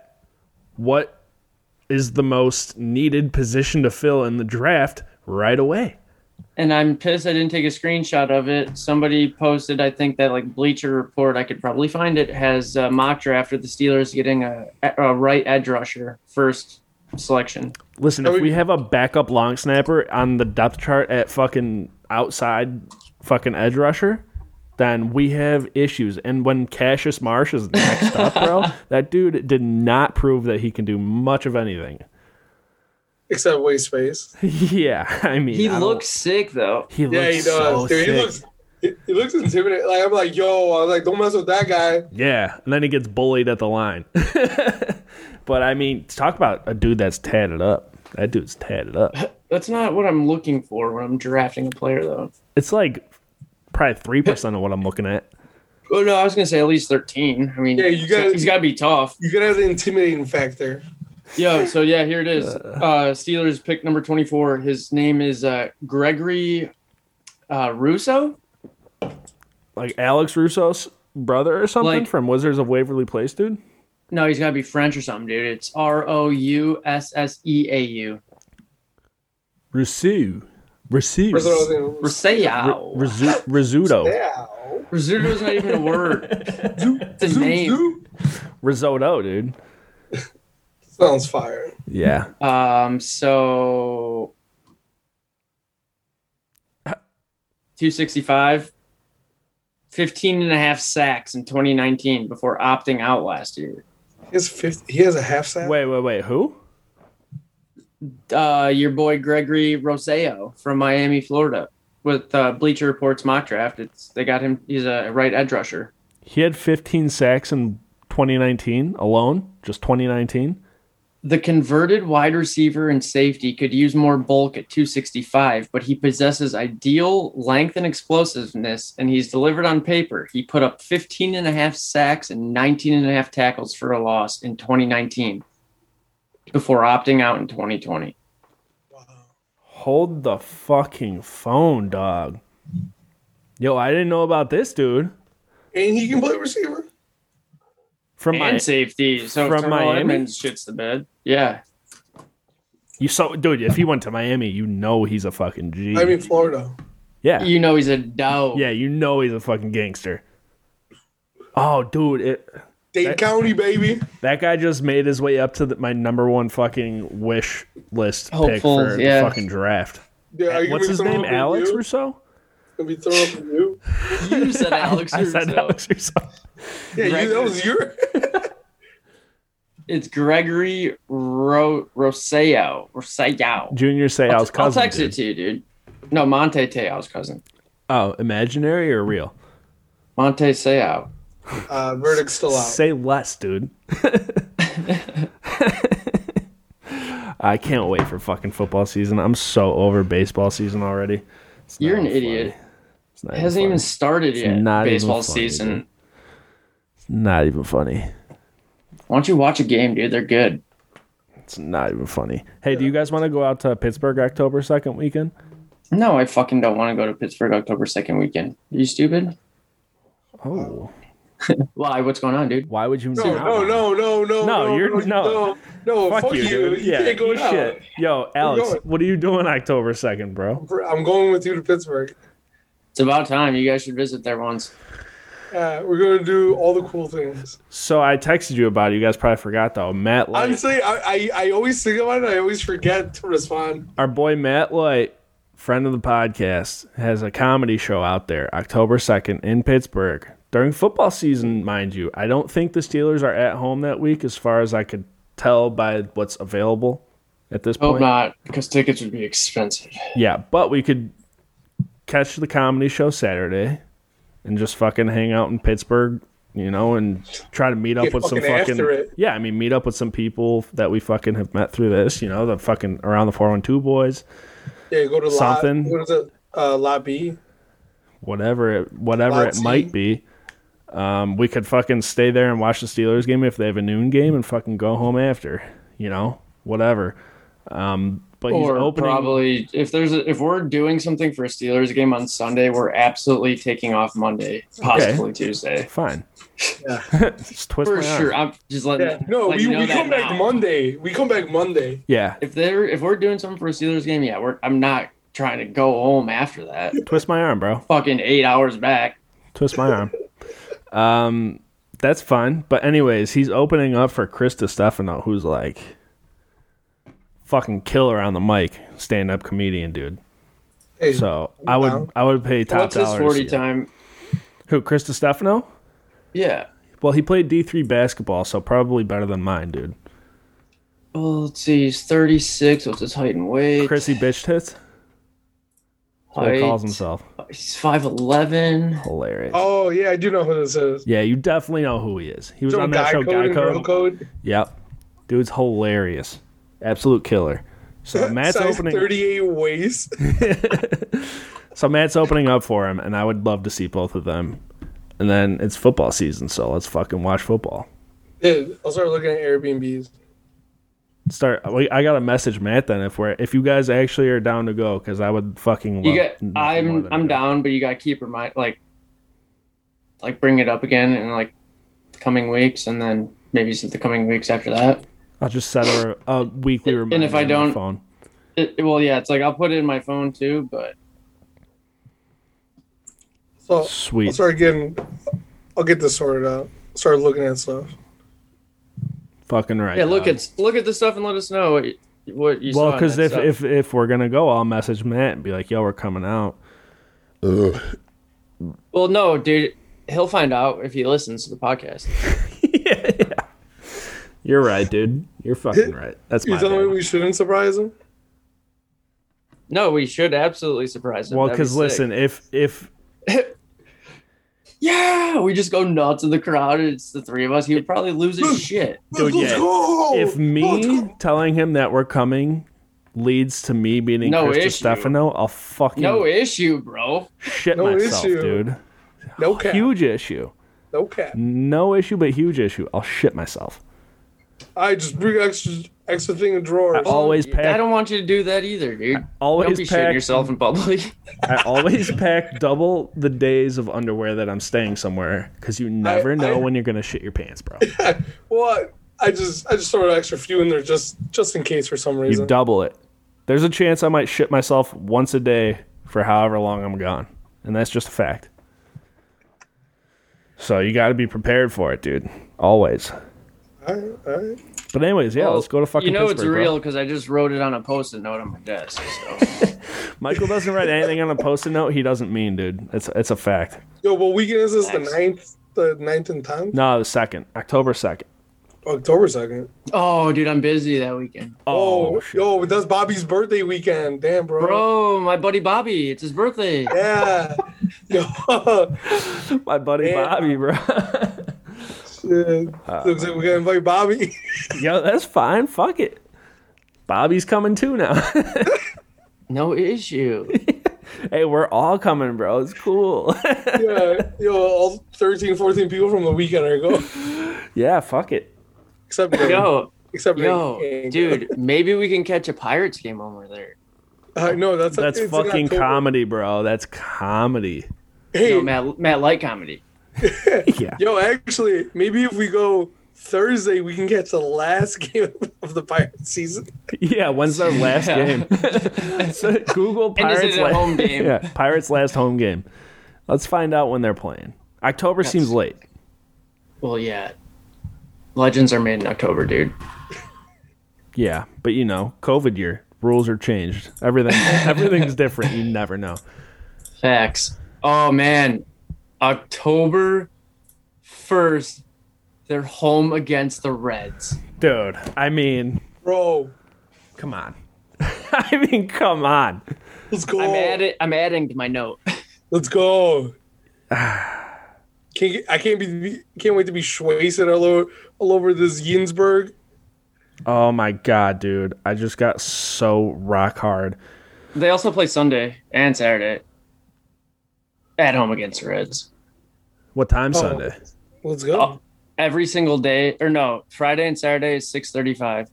Speaker 2: what is the most needed position to fill in the draft right away?
Speaker 4: and I'm pissed I didn't take a screenshot of it. Somebody posted, I think that like Bleacher Report, I could probably find it, has a mock draft of the Steelers getting a, a right edge rusher first selection.
Speaker 2: Listen,
Speaker 3: Are
Speaker 2: if
Speaker 3: we-
Speaker 2: we have a backup long snapper on the depth chart at fucking outside fucking edge rusher, then we have issues. And when Cassius Marsh is next up,
Speaker 3: (laughs)
Speaker 2: bro, that dude did not prove that he can do much of anything. (laughs)
Speaker 3: Except waist space.
Speaker 2: yeah, I mean,
Speaker 4: He
Speaker 2: I don't-
Speaker 4: looks sick though.
Speaker 2: he looks
Speaker 3: Yeah, he does.
Speaker 2: so
Speaker 3: Dude, he
Speaker 2: sick.
Speaker 3: looks he he looks intimidating. Like I'm like, yo, I was like, don't mess with that guy.
Speaker 2: Yeah, and then he gets bullied at the line. (laughs) but I mean, talk about a dude that's tatted up. That dude's tatted up.
Speaker 4: That's not what I'm looking for when I'm drafting a player though.
Speaker 2: It's like probably three percent of what I'm looking at.
Speaker 4: Oh no, I was gonna say at least thirteen. I mean,
Speaker 3: Yeah, you gotta-
Speaker 4: he's got to be tough.
Speaker 3: You gotta have the intimidating factor.
Speaker 4: Yeah, so yeah, here it is. Uh, Steelers pick number 24. His name is uh, Gregory uh, Russo.
Speaker 2: like Alex Russo's brother or something
Speaker 4: Like-
Speaker 2: from Wizards of Waverly Place, dude.
Speaker 4: No, he's got to be French or something, dude. It's R O U S S E A U.
Speaker 2: Rusu.
Speaker 3: First of all, I was
Speaker 2: Rusu.
Speaker 3: thinking,
Speaker 4: Riseo.
Speaker 2: Risotto.
Speaker 3: (laughs) yeah.
Speaker 4: Risotto's not even a word. It's a
Speaker 3: Zoom,
Speaker 4: name.
Speaker 3: zoom.
Speaker 2: Risotto, dude.
Speaker 3: Sounds fire.
Speaker 2: Yeah.
Speaker 4: Um, so 265, 15 and a half sacks in 2019 before opting out last year.
Speaker 3: He has 50, he has a half sack.
Speaker 2: Wait, wait, wait. Who?
Speaker 4: Uh, your boy Gregory Roseo from Miami, Florida, with uh, Bleacher Report's mock draft. It's they got him. He's a right edge rusher.
Speaker 2: He had 15 sacks in 2019 alone, just 2019. Hold the fucking phone, dog. Yo, I didn't know about this dude
Speaker 3: And he can play receiver.
Speaker 2: from my.
Speaker 4: and safety. So
Speaker 2: from
Speaker 4: from
Speaker 2: Miami?
Speaker 4: Miami shits the bed. Yeah.
Speaker 2: You so, dude. If he went to Miami, you know he's a fucking G.
Speaker 3: I mean Florida.
Speaker 2: yeah.
Speaker 4: You know he's a dog.
Speaker 2: Yeah, you know he's a fucking gangster. Oh, dude, it,
Speaker 3: Dade
Speaker 2: That-
Speaker 3: County, baby.
Speaker 2: that guy just made his way up to the, my number one fucking wish list pick
Speaker 4: Hopeful,
Speaker 2: for
Speaker 4: yeah.
Speaker 2: the fucking draft.
Speaker 3: Dude, are you gonna
Speaker 2: What's
Speaker 3: be
Speaker 2: his
Speaker 3: throwing
Speaker 2: name?
Speaker 3: up at
Speaker 2: Alex
Speaker 3: you?
Speaker 2: Rousseau?
Speaker 3: Gonna be throwing up at you?
Speaker 4: You
Speaker 2: (laughs)
Speaker 4: said Alex.
Speaker 2: I said
Speaker 4: Russo.
Speaker 2: Alex Rousseau.
Speaker 3: Yeah, you, that was your.
Speaker 4: It's Gregory Ro- Roseo. Roseo.
Speaker 2: Junior Seau's
Speaker 4: I'll
Speaker 2: cousin.
Speaker 4: text it
Speaker 2: dude.
Speaker 4: to you, dude. No, Monte Teo's cousin.
Speaker 2: Oh, imaginary or real?
Speaker 4: Monte Seao.
Speaker 3: Uh, verdict's still out.
Speaker 2: Say less, dude. (laughs) I can't wait for fucking football season. I'm so over baseball season already. It's
Speaker 4: You're
Speaker 2: not
Speaker 4: an
Speaker 2: funny.
Speaker 4: idiot.
Speaker 2: It's It's not
Speaker 4: It hasn't even
Speaker 2: funny.
Speaker 4: started yet.
Speaker 2: not even
Speaker 4: baseball
Speaker 2: funny,
Speaker 4: season.
Speaker 2: dude. not even funny.
Speaker 4: Why don't you watch a game, dude? They're good.
Speaker 2: It's not even funny. Hey, do you guys want to go out to Pittsburgh October second weekend?
Speaker 4: No, I fucking don't want to go to Pittsburgh October second weekend. Are you stupid?
Speaker 2: Oh,
Speaker 4: Why? What's going on, dude?
Speaker 2: why would you?
Speaker 3: No, no, Oh, no, no, no,
Speaker 2: No, you're- no.
Speaker 3: no, no,
Speaker 2: Fuck, you, dude.
Speaker 3: You
Speaker 2: yeah,
Speaker 3: can't go
Speaker 2: eat
Speaker 3: now.
Speaker 2: shit. Yo, Alex,
Speaker 3: going.
Speaker 2: what are you doing October second, bro?
Speaker 3: I'm going with you to Pittsburgh.
Speaker 4: It's about time. You guys should visit there once.
Speaker 3: Uh, we're gonna do all the cool things.
Speaker 2: So I texted you about it. You guys probably forgot though. Matt Light,
Speaker 3: Honestly, I, I, I always think about it. I always forget to respond.
Speaker 2: our boy Matt Light, friend of the podcast, has a comedy show out there October second in Pittsburgh during football season, mind you. I don't think the Steelers are at home that week, as far as I could tell by what's available at this
Speaker 4: Hope
Speaker 2: point.
Speaker 4: not, because tickets would be expensive.
Speaker 2: Yeah, but we could catch the comedy show Saturday and just fucking hang out in Pittsburgh, you know, and try to meet up
Speaker 3: Get
Speaker 2: with some
Speaker 3: fucking
Speaker 2: fucking
Speaker 3: after it.
Speaker 2: yeah. I mean, meet up with some people that we fucking have met through this, you know, the fucking around the four one two boys,
Speaker 3: Yeah, go to
Speaker 2: Something.
Speaker 3: Lot, what is it? Uh, lot B.
Speaker 2: whatever, it, whatever it
Speaker 3: Lotsy.
Speaker 2: might be. Um, we could fucking stay there and watch the Steelers game if they have a noon game, and fucking go home after, you know, whatever. Um, but he's
Speaker 4: Or
Speaker 2: opening.
Speaker 4: probably if there's a, if we're doing something for a Steelers game on Sunday, we're absolutely taking off Monday, possibly Tuesday.
Speaker 2: Fine.
Speaker 3: Yeah.
Speaker 2: (laughs) Just twist
Speaker 4: For
Speaker 2: my arm.
Speaker 4: sure. I'm just letting,
Speaker 3: Yeah. No,
Speaker 4: letting
Speaker 3: we,
Speaker 4: you know
Speaker 3: we
Speaker 4: that
Speaker 3: come back
Speaker 4: now.
Speaker 3: Monday. We come back Monday.
Speaker 2: Yeah.
Speaker 4: If they're if we're doing something for a Steelers game, yeah, we're I'm not trying to go home after
Speaker 2: (laughs)
Speaker 4: that.
Speaker 2: Twist my arm, bro.
Speaker 4: Fucking eight hours back.
Speaker 2: twist my arm. Um, that's fun. But anyways, he's opening up for Chris Stefano, who's like fucking killer on the mic, stand up comedian dude.
Speaker 3: Hey,
Speaker 2: So I would I would pay top
Speaker 4: What's his
Speaker 2: dollar. to
Speaker 4: forty
Speaker 2: see him.
Speaker 4: time?
Speaker 2: Who Chris Stefano?
Speaker 4: Yeah.
Speaker 2: Well, he played D three basketball, so probably better than mine, dude.
Speaker 4: Well, let's see. He's thirty six. What's his height and weight?
Speaker 2: Chrissy bitch tits. That's what he
Speaker 4: Height.
Speaker 2: calls himself.
Speaker 4: He's five eleven.
Speaker 2: Hilarious.
Speaker 3: Oh yeah, I do know who this is.
Speaker 2: Yeah, you definitely know who he is. He was
Speaker 3: Joe
Speaker 2: on that show,
Speaker 3: Guy Code and Girl
Speaker 2: Geico.
Speaker 3: Code.
Speaker 2: Yep. Dude's hilarious. Absolute killer. So Matt's
Speaker 3: size
Speaker 2: opening
Speaker 3: 38 waist.
Speaker 2: So Matt's opening up for him and I would love to see both of them. And then it's football season, so let's fucking watch football.
Speaker 3: (laughs) Dude, I'll start looking at Airbnbs.
Speaker 2: Start wait, I got to message Matt then if we're if you guys actually are down to go cuz I would fucking
Speaker 4: You
Speaker 2: love
Speaker 4: get.
Speaker 2: nothing more
Speaker 4: I'm
Speaker 2: than
Speaker 4: I'm
Speaker 2: to go.
Speaker 4: down, but you gotta keep remind like, like bring it up again in like the coming weeks, and then maybe some the coming weeks after that.
Speaker 2: I'll just set a, a weekly reminder
Speaker 4: if I
Speaker 2: on my
Speaker 4: don't-
Speaker 2: phone.
Speaker 4: It, it- well, yeah, it's like I'll put it in my phone too, but
Speaker 3: So I'll
Speaker 2: Sweet.
Speaker 3: start getting. I'll get this sorted out. Start looking at stuff.
Speaker 2: Fucking right.
Speaker 4: yeah, look
Speaker 2: dog.
Speaker 4: at look at the stuff and let us know what you, what you
Speaker 2: Well,
Speaker 4: saw. in
Speaker 2: because
Speaker 4: that
Speaker 2: if,
Speaker 4: stuff.
Speaker 2: if if we're gonna go, I'll message Matt and be like, "Yo, we're coming
Speaker 4: (laughs)
Speaker 2: out."
Speaker 4: well, no, dude, he'll find out if he listens to the podcast.
Speaker 2: yeah, yeah. You're right, dude. You're fucking
Speaker 4: (laughs)
Speaker 2: right. That's
Speaker 3: You
Speaker 2: my
Speaker 3: telling me
Speaker 2: bad.
Speaker 3: we shouldn't surprise him?
Speaker 4: No, we should absolutely surprise him.
Speaker 2: Well,
Speaker 4: That'd be
Speaker 2: because
Speaker 4: sick.
Speaker 2: listen, if if
Speaker 4: yeah, we just go nuts in the crowd. and It's the three of us. He would probably lose his shit.
Speaker 2: Dude, yeah.
Speaker 3: go!
Speaker 2: if
Speaker 3: Let's
Speaker 2: me
Speaker 3: go!
Speaker 2: telling him that we're coming leads to me meeting
Speaker 4: No
Speaker 2: Chris
Speaker 4: issue.
Speaker 2: Stefano, I'll fucking
Speaker 4: No issue, bro.
Speaker 2: shit
Speaker 3: No
Speaker 2: myself,
Speaker 3: issue.
Speaker 2: dude.
Speaker 3: No cap.
Speaker 2: Huge issue.
Speaker 3: No cap.
Speaker 2: No issue, but huge issue. I'll shit myself.
Speaker 3: I just bring extra extra thing in drawers.
Speaker 2: I always pack.
Speaker 4: I don't want you to do that either, dude. Don't
Speaker 2: always
Speaker 4: be shitting
Speaker 2: pack.
Speaker 4: yourself in public.
Speaker 2: I always pack double the days of underwear that I'm staying somewhere because you never
Speaker 3: I-
Speaker 2: know
Speaker 3: I-
Speaker 2: when you're gonna shit your pants, bro.
Speaker 3: Well, I, I just I just throw an extra few in there just just in case for some
Speaker 2: You
Speaker 3: reason.
Speaker 2: double it. There's a chance I might shit myself once a day for however long I'm gone. And that's just a fact. So you got to be prepared for it, dude. Always.
Speaker 3: All right, all right.
Speaker 2: But anyways, (laughs) yeah, let's go to fucking
Speaker 4: You know it's
Speaker 2: Pittsburgh, bro.
Speaker 4: real because I just wrote it on a post-it note on my desk. So. (laughs)
Speaker 2: Michael doesn't write anything on a post-it note he doesn't mean, dude. It's it's a fact.
Speaker 3: Yo, what weekend is this? The
Speaker 4: Nice.
Speaker 3: ninth, the ninth and tenth,
Speaker 2: No, the 2nd, October 2nd.
Speaker 3: October second.
Speaker 4: oh, dude, I'm busy that weekend,
Speaker 3: Oh, yo, that's Bobby's birthday weekend. Damn, bro.
Speaker 4: bro. My buddy Bobby, it's his birthday.
Speaker 3: Yeah. yo, (laughs)
Speaker 2: Ah, My buddy
Speaker 3: Yeah.
Speaker 2: Bobby, bro. (laughs)
Speaker 3: shit. Looks like we're gonna invite Bobby.
Speaker 2: Yo, that's fine. Fuck it. Bobby's coming too now.
Speaker 4: No issue.
Speaker 2: (laughs) hey, we're all coming, bro. It's cool. (laughs)
Speaker 3: yeah, (laughs) yo, all 13, 14 people from the weekend are going.
Speaker 2: yeah, fuck it.
Speaker 3: Except Ben.
Speaker 4: Yo,
Speaker 3: except Ben
Speaker 4: yo,
Speaker 3: can't
Speaker 4: dude,
Speaker 3: go.
Speaker 4: maybe we can catch a Pirates game when we're there.
Speaker 3: I know that's
Speaker 2: That's
Speaker 3: it's in
Speaker 2: fucking
Speaker 3: October.
Speaker 2: comedy, bro. That's comedy.
Speaker 3: Hey,
Speaker 4: No, Matt, Matt Light comedy.
Speaker 2: Yeah.
Speaker 3: yo, actually, maybe if we go Thursday, we can catch the last (laughs) game of the Pirates season.
Speaker 2: Yeah, when's their last
Speaker 4: Yeah. (laughs)
Speaker 2: game? so Google
Speaker 4: And is
Speaker 2: Pirates
Speaker 4: it a
Speaker 2: la- (laughs)
Speaker 4: home game?
Speaker 2: yeah, Pirates last home game. Let's find out when they're playing. October seems late.
Speaker 4: Well, yeah. Legends are made in October, dude.
Speaker 2: Yeah, but you know, COVID year, rules are changed.
Speaker 4: (laughs)
Speaker 2: Everything everything's different. You never know.
Speaker 4: Facts. Oh man, October first, they're home against the Reds.
Speaker 2: Dude, I mean,
Speaker 3: Bro,
Speaker 2: come on. (laughs) I mean, come on.
Speaker 3: let's go.
Speaker 4: I'm at it. I'm adding to my note.
Speaker 2: (sighs)
Speaker 3: Let's go. Can't get, I can't be can't wait to be schwasted all over all over this Ginsburg.
Speaker 2: Oh my god, dude. I just got so rock hard.
Speaker 4: They also play Sunday and Saturday at home against the Reds.
Speaker 2: What time Sunday?
Speaker 3: Let's go.
Speaker 4: Oh, every single day, or no, Friday and Saturday is six thirty-five.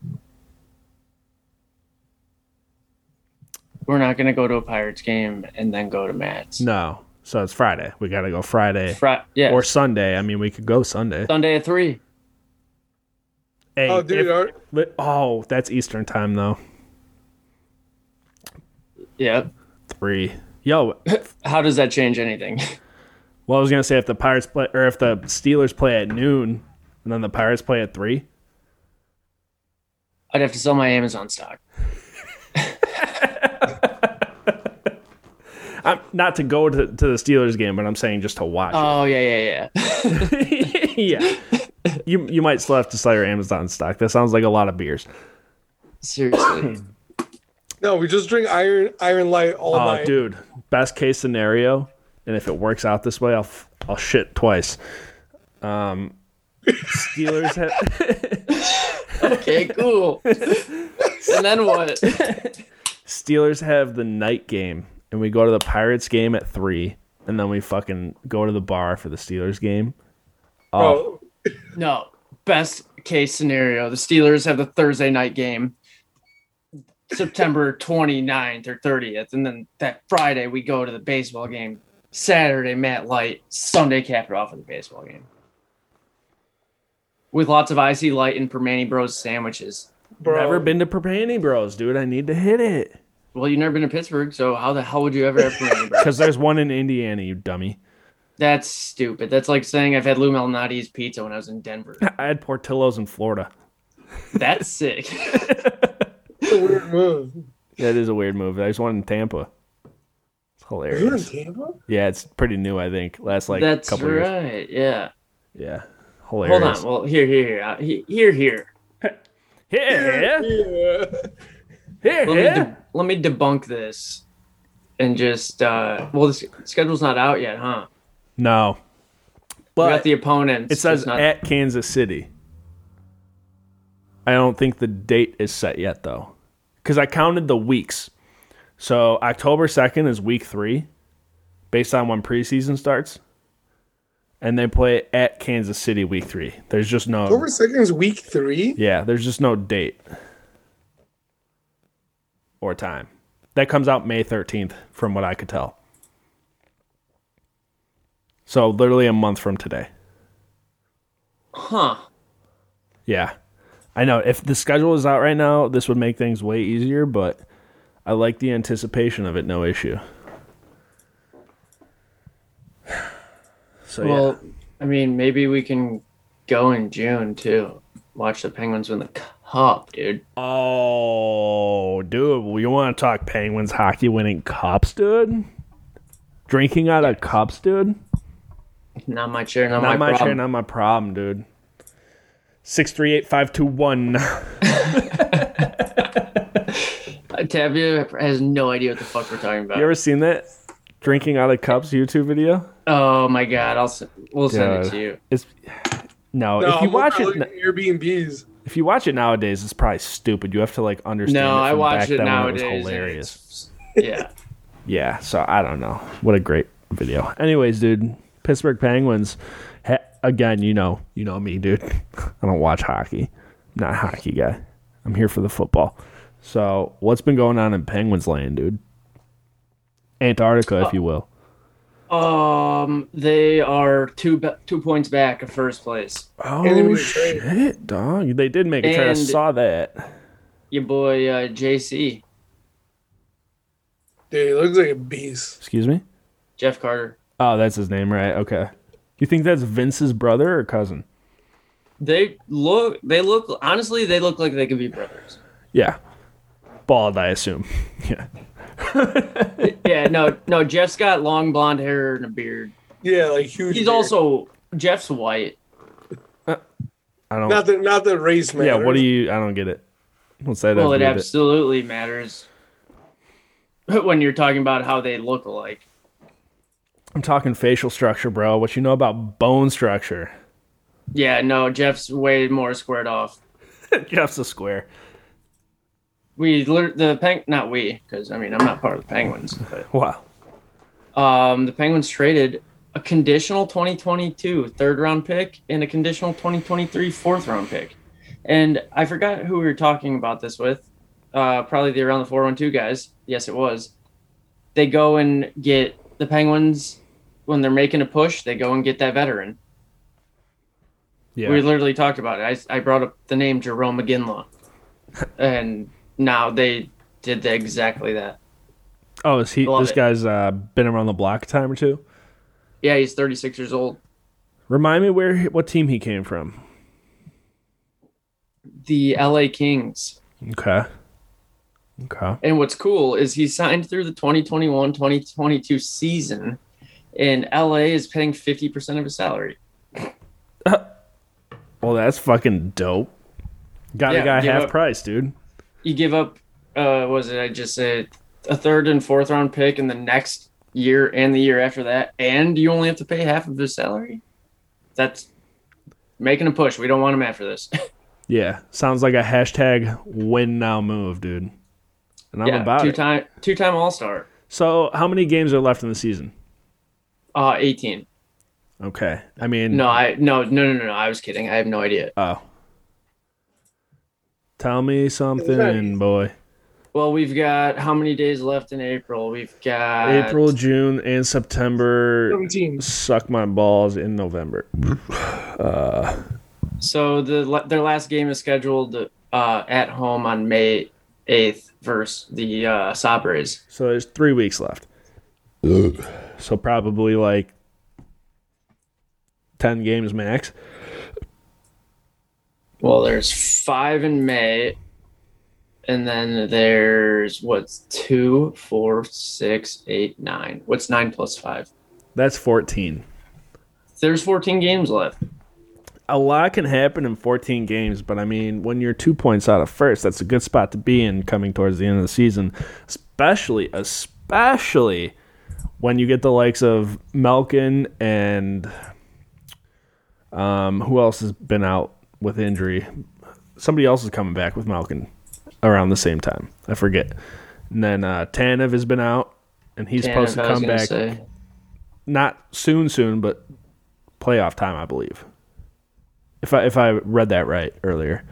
Speaker 4: We're not gonna go to a Pirates game and then go to Matt's.
Speaker 2: No. So it's Friday. We got to go Friday
Speaker 4: Fri- yeah,
Speaker 2: or Sunday. I mean, we could go Sunday.
Speaker 4: Sunday at three.
Speaker 2: Hey,
Speaker 3: oh, dude,
Speaker 2: if-
Speaker 3: our-
Speaker 2: li- oh, that's Eastern time though.
Speaker 4: Yep.
Speaker 2: Three. Yo,
Speaker 4: How does that change anything? (laughs)
Speaker 2: well, I was gonna say if the Pirates play or if the Steelers play at noon, and then the Pirates play at three.
Speaker 4: I'd have to sell my Amazon stock.
Speaker 2: I'm not to go to, to the Steelers game, but I'm saying just to watch.
Speaker 4: Oh yeah, yeah, yeah. (laughs)
Speaker 2: it. (laughs) yeah, you you might still have to sell your Amazon stock. That sounds like a lot of beers.
Speaker 4: Seriously.
Speaker 3: no, we just drink iron iron light all
Speaker 2: Oh,
Speaker 3: night.
Speaker 2: dude, best case scenario, and if it works out this way, I'll f- I'll shit twice. Um, Steelers (laughs) have.
Speaker 4: okay, cool. and then what?
Speaker 2: Steelers have the night game, and we go to the Pirates game at three, and then we fucking go to the bar for the Steelers game. Oh,
Speaker 3: Bro,
Speaker 4: No. Best case scenario, the Steelers have the Thursday night game
Speaker 2: (laughs)
Speaker 4: September 29th or 30th and then that Friday we go to the baseball game. Saturday Matt Light, Sunday cap it off with the baseball game. With lots of icy light and Permani Bros sandwiches.
Speaker 3: bro.
Speaker 2: Never been to Perpani Bros, dude. I need to hit it
Speaker 4: Well, you've never been to Pittsburgh, so how the hell would you ever have
Speaker 2: (laughs)
Speaker 4: Permani Bros?
Speaker 2: because there's one in Indiana, you dummy. (laughs)
Speaker 4: That's stupid. That's like saying I've had Lou Malnati's pizza when I was in Denver.
Speaker 2: (laughs) I had Portillo's in Florida.
Speaker 4: That's sick.
Speaker 3: It's a weird move.
Speaker 2: That is a weird move. There's one in Tampa. It's
Speaker 3: You in
Speaker 2: hilarious.
Speaker 3: Tampa?
Speaker 2: Yeah, it's pretty new. I think last like
Speaker 4: That's
Speaker 2: couple years.
Speaker 4: right. Yeah.
Speaker 2: Yeah,
Speaker 4: Hold
Speaker 2: hilarious.
Speaker 4: on. Well, here, here, here, Uh, he- here, here.
Speaker 2: Here,
Speaker 3: Yeah.
Speaker 2: here,
Speaker 4: Let me
Speaker 2: here.
Speaker 4: de- let me debunk this, and just uh, well, the s- schedule's not out yet, huh?
Speaker 2: No,
Speaker 4: We
Speaker 2: but
Speaker 4: got the opponents.
Speaker 2: It says
Speaker 4: just not-
Speaker 2: at Kansas City. I don't think the date is set yet though, because I counted the weeks. So October second is week three, based on when preseason starts, and they play at Kansas City week three. There's just no
Speaker 3: October second is week three.
Speaker 2: yeah, there's just no date or time. That comes out May 13th, from what I could tell. So literally a month from today. Oh,
Speaker 4: huh?
Speaker 2: Yeah. I know. If the schedule is out right now, this would make things way easier, but I like the anticipation of it, no issue. (sighs) So yeah.
Speaker 4: Well, I mean, maybe we can go in June too. Watch the Penguins win the cup, dude.
Speaker 2: Oh, dude, you want to talk Penguins hockey winning cups, dude? Drinking out of cups, dude?
Speaker 4: Not my chair. Not,
Speaker 2: Not
Speaker 4: my,
Speaker 2: my
Speaker 4: problem.
Speaker 2: chair, not my problem, dude. Six three eight five two one. (laughs)
Speaker 4: Uh, Tavia has no idea what the fuck we're talking about.
Speaker 2: You ever seen that drinking out of cups YouTube video?
Speaker 4: Oh my god! I'll s- we'll send it
Speaker 2: Dude.
Speaker 4: to you.
Speaker 2: It's (sighs) no.
Speaker 3: No,
Speaker 2: if you
Speaker 3: I'm
Speaker 2: watch
Speaker 3: not
Speaker 2: it,
Speaker 3: looking at Airbnbs.
Speaker 2: if you watch it nowadays, it's probably stupid. You have to like understand.
Speaker 4: No,
Speaker 2: it
Speaker 4: I
Speaker 2: from
Speaker 4: watched
Speaker 2: back
Speaker 4: it
Speaker 2: then when
Speaker 4: nowadays.
Speaker 2: It was
Speaker 4: and
Speaker 2: hilarious.
Speaker 4: it's- Yeah,
Speaker 2: yeah, so I don't know. What a great video. Anyways, dude, Pittsburgh Penguins. He- again, you know, you know me, dude. (laughs) I don't watch hockey. I'm not a hockey guy. I'm here for the football. So, what's been going on in Penguins land, dude? Antarctica,
Speaker 4: Uh,
Speaker 2: if you will.
Speaker 4: Um, they are two ba- two points back of first place.
Speaker 3: they
Speaker 2: Oh
Speaker 3: made a trade.
Speaker 2: shit, dog! They did make a trade. I
Speaker 4: And-
Speaker 2: saw that.
Speaker 4: Your boy uh, JC
Speaker 3: Dude, he looks like a beast.
Speaker 2: Excuse me.
Speaker 4: Jeff Carter.
Speaker 2: Oh, that's his name, right? Okay. You think that's Vince's brother or cousin?
Speaker 4: They look. They look. Honestly, they look like they could be brothers.
Speaker 2: Yeah. Bald, I assume. (laughs) Yeah.
Speaker 4: Yeah. No. No. Jeff's got long blonde hair and a beard.
Speaker 3: Yeah, like huge.
Speaker 4: He's
Speaker 3: beard.
Speaker 4: also Jeff's white.
Speaker 2: I don't.
Speaker 3: not that not that race man.
Speaker 2: yeah. What do you? I don't get it. What's that? have
Speaker 4: Well, it
Speaker 2: to do with
Speaker 4: absolutely matters (laughs) when you're talking about how they look alike.
Speaker 2: I'm talking facial structure, bro. What you know about bone structure? (laughs)
Speaker 4: Yeah. No. Jeff's way more squared off.
Speaker 2: Jeff's a square.
Speaker 4: We lit- the peng not we because I mean I'm not part of the Penguins, but
Speaker 2: Wow.
Speaker 4: Um, the Penguins traded a conditional 2022 third round pick and a conditional 2023 fourth round pick. And I forgot who we were talking about this with. Uh, probably the around the 412 guys. Yes, it was. They go and get the Penguins when they're making a push. They go and get that veteran.
Speaker 2: Yeah.
Speaker 4: We literally talked about it. I, I brought up the name Jerome McGinley, and now they did the, exactly that.
Speaker 2: oh, is he?
Speaker 4: Love
Speaker 2: This
Speaker 4: it.
Speaker 2: guy's uh, been around the block a time or two.
Speaker 4: Yeah, he's 36 years old.
Speaker 2: Remind me where what team he came from.
Speaker 4: The LA Kings.
Speaker 2: Okay. Okay.
Speaker 4: And what's cool is he signed through the 2021 2022 season, and LA is paying 50% of his salary.
Speaker 2: Well, that's fucking dope. Got
Speaker 4: Yeah,
Speaker 2: a guy
Speaker 4: give
Speaker 2: half
Speaker 4: up.
Speaker 2: price, dude.
Speaker 4: You give up, uh, what was it? I just said a third and fourth round pick in the next year and the year after that, and you only have to pay half of his salary. That's making a push. We don't want him after this.
Speaker 2: Yeah, sounds like a hashtag win now move, dude.
Speaker 4: (laughs)
Speaker 2: And I'm about
Speaker 4: two
Speaker 2: it.
Speaker 4: time two time All Star,
Speaker 2: So, how many games are left in the season?
Speaker 4: uh, 18.
Speaker 2: Okay, I mean,
Speaker 4: No, I no no no no. I was kidding. I have no idea.
Speaker 2: Oh, tell me something,
Speaker 3: Right.
Speaker 2: boy.
Speaker 4: Well, we've got how many days left in April? We've got
Speaker 2: April, June, and September.
Speaker 3: Some teams.
Speaker 2: Suck my balls in November.
Speaker 4: So the their last game is scheduled uh, at home on May eighth versus the uh, Sabres.
Speaker 2: So there's three weeks left. So probably like ten games max.
Speaker 4: Well, there's five in May, and then there's what's two, four, six, eight, nine. What's nine plus five?
Speaker 2: That's fourteen.
Speaker 4: There's fourteen games left.
Speaker 2: a lot can happen in 14 games, but I mean, when you're two points out of first, that's a good spot to be in coming towards the end of the season, especially, especially when you get the likes of Malkin and um, who else has been out with injury? Somebody else is coming back with Malkin around the same time. I forget. And then uh, Tanev has been out, and he's
Speaker 4: Dan,
Speaker 2: supposed to
Speaker 4: if I was
Speaker 2: come
Speaker 4: gonna
Speaker 2: back
Speaker 4: say.
Speaker 2: not soon, soon, but playoff time, I believe. If I if I read that right earlier,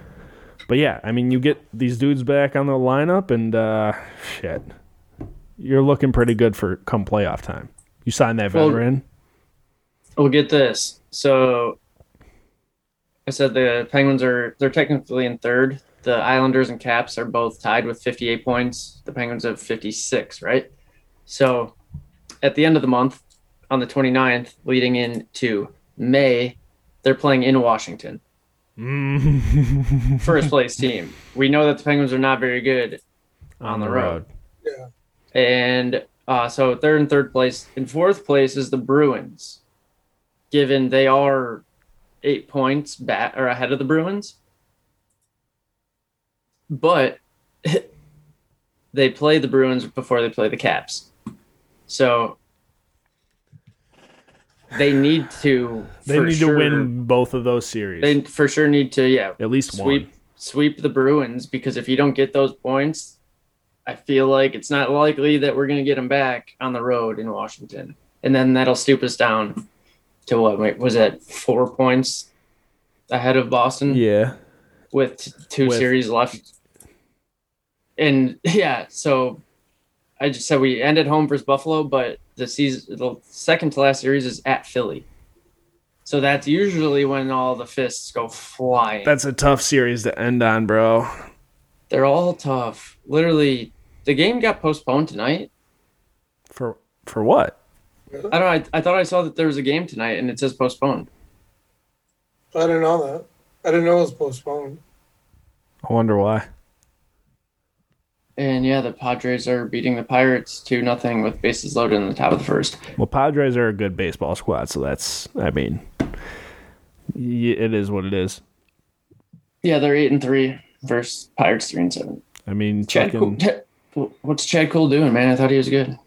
Speaker 2: but yeah, I mean, you get these dudes back on the lineup, and uh, shit, you're looking pretty good for come playoff time. You sign that
Speaker 4: Well- (laughs)
Speaker 2: veteran,
Speaker 4: Well, get this. So I said the Penguins are they're technically in third. The Islanders and Caps are both tied with 58 points. The Penguins have 56, right? So at the end of the month on the 29th leading into May, they're playing in Washington. First place team. We know that the Penguins are not very good on the road. And uh, so they're in third place. In fourth place is the Bruins, given they are eight points back or ahead of the Bruins. But (laughs) they play the Bruins before they play the Caps. So they need to
Speaker 2: They
Speaker 4: for
Speaker 2: need
Speaker 4: sure-
Speaker 2: to win both of those series,
Speaker 4: They for sure need to yeah
Speaker 2: at least
Speaker 4: sweep
Speaker 2: one.
Speaker 4: sweep the Bruins because if you don't get those points, I feel like it's not likely that we're going to get him back on the road in Washington. And then that'll stoop us down to what wait, was that four points ahead of Boston
Speaker 2: Yeah.
Speaker 4: with t- two
Speaker 2: With-
Speaker 4: series left. And (laughs) yeah, so I just said we ended home versus Buffalo, but the season, the second to last series is at Philly. So that's usually when all the fists go flying.
Speaker 2: That's a tough series to end on, bro.
Speaker 4: They're all tough. Literally, the game got postponed tonight.
Speaker 2: For for what?
Speaker 4: I don't. I, I thought I saw that there was a game tonight, and it says postponed.
Speaker 3: I didn't know that. I didn't know it was postponed.
Speaker 2: I wonder why.
Speaker 4: And yeah, the Padres are beating the Pirates two nothing with bases loaded in the top of the first.
Speaker 2: Well, Padres are a good baseball squad, so that's I mean, y- it is what it is.
Speaker 4: Yeah, they're eight and three versus Pirates three and seven.
Speaker 2: I mean,
Speaker 4: Chad Cool,
Speaker 2: fucking,
Speaker 4: Ch- what's Chad Cool doing, man? I thought he was good.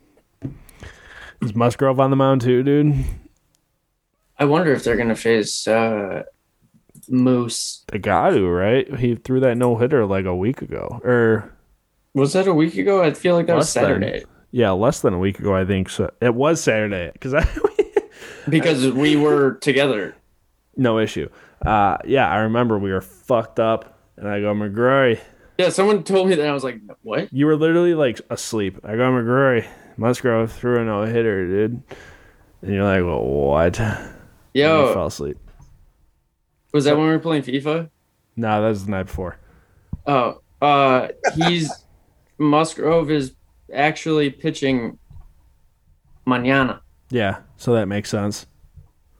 Speaker 2: is Musgrove on the mound too, dude?
Speaker 4: I wonder if they're gonna face uh, Moose.
Speaker 2: They got to right. He threw that no hitter like a week ago, or
Speaker 4: Was that a week ago? I feel like that was
Speaker 2: Less than.
Speaker 4: Saturday
Speaker 2: yeah, less than a week ago, I think. So it was Saturday because I (laughs)
Speaker 4: because we were together.
Speaker 2: no issue. Uh, yeah, I remember we were fucked up, and I go McGrory.
Speaker 4: Yeah, someone told me that. I was like, what?
Speaker 2: You were literally like asleep. I go McGrory. Musgrove threw a no hitter, dude. And you're like, well, what? And you
Speaker 4: Yo,
Speaker 2: fell asleep.
Speaker 4: was that when we were playing FIFA?
Speaker 2: No, that was the night before.
Speaker 4: Oh, uh, he's Musgrove is actually pitching manana.
Speaker 2: Yeah, so that makes sense.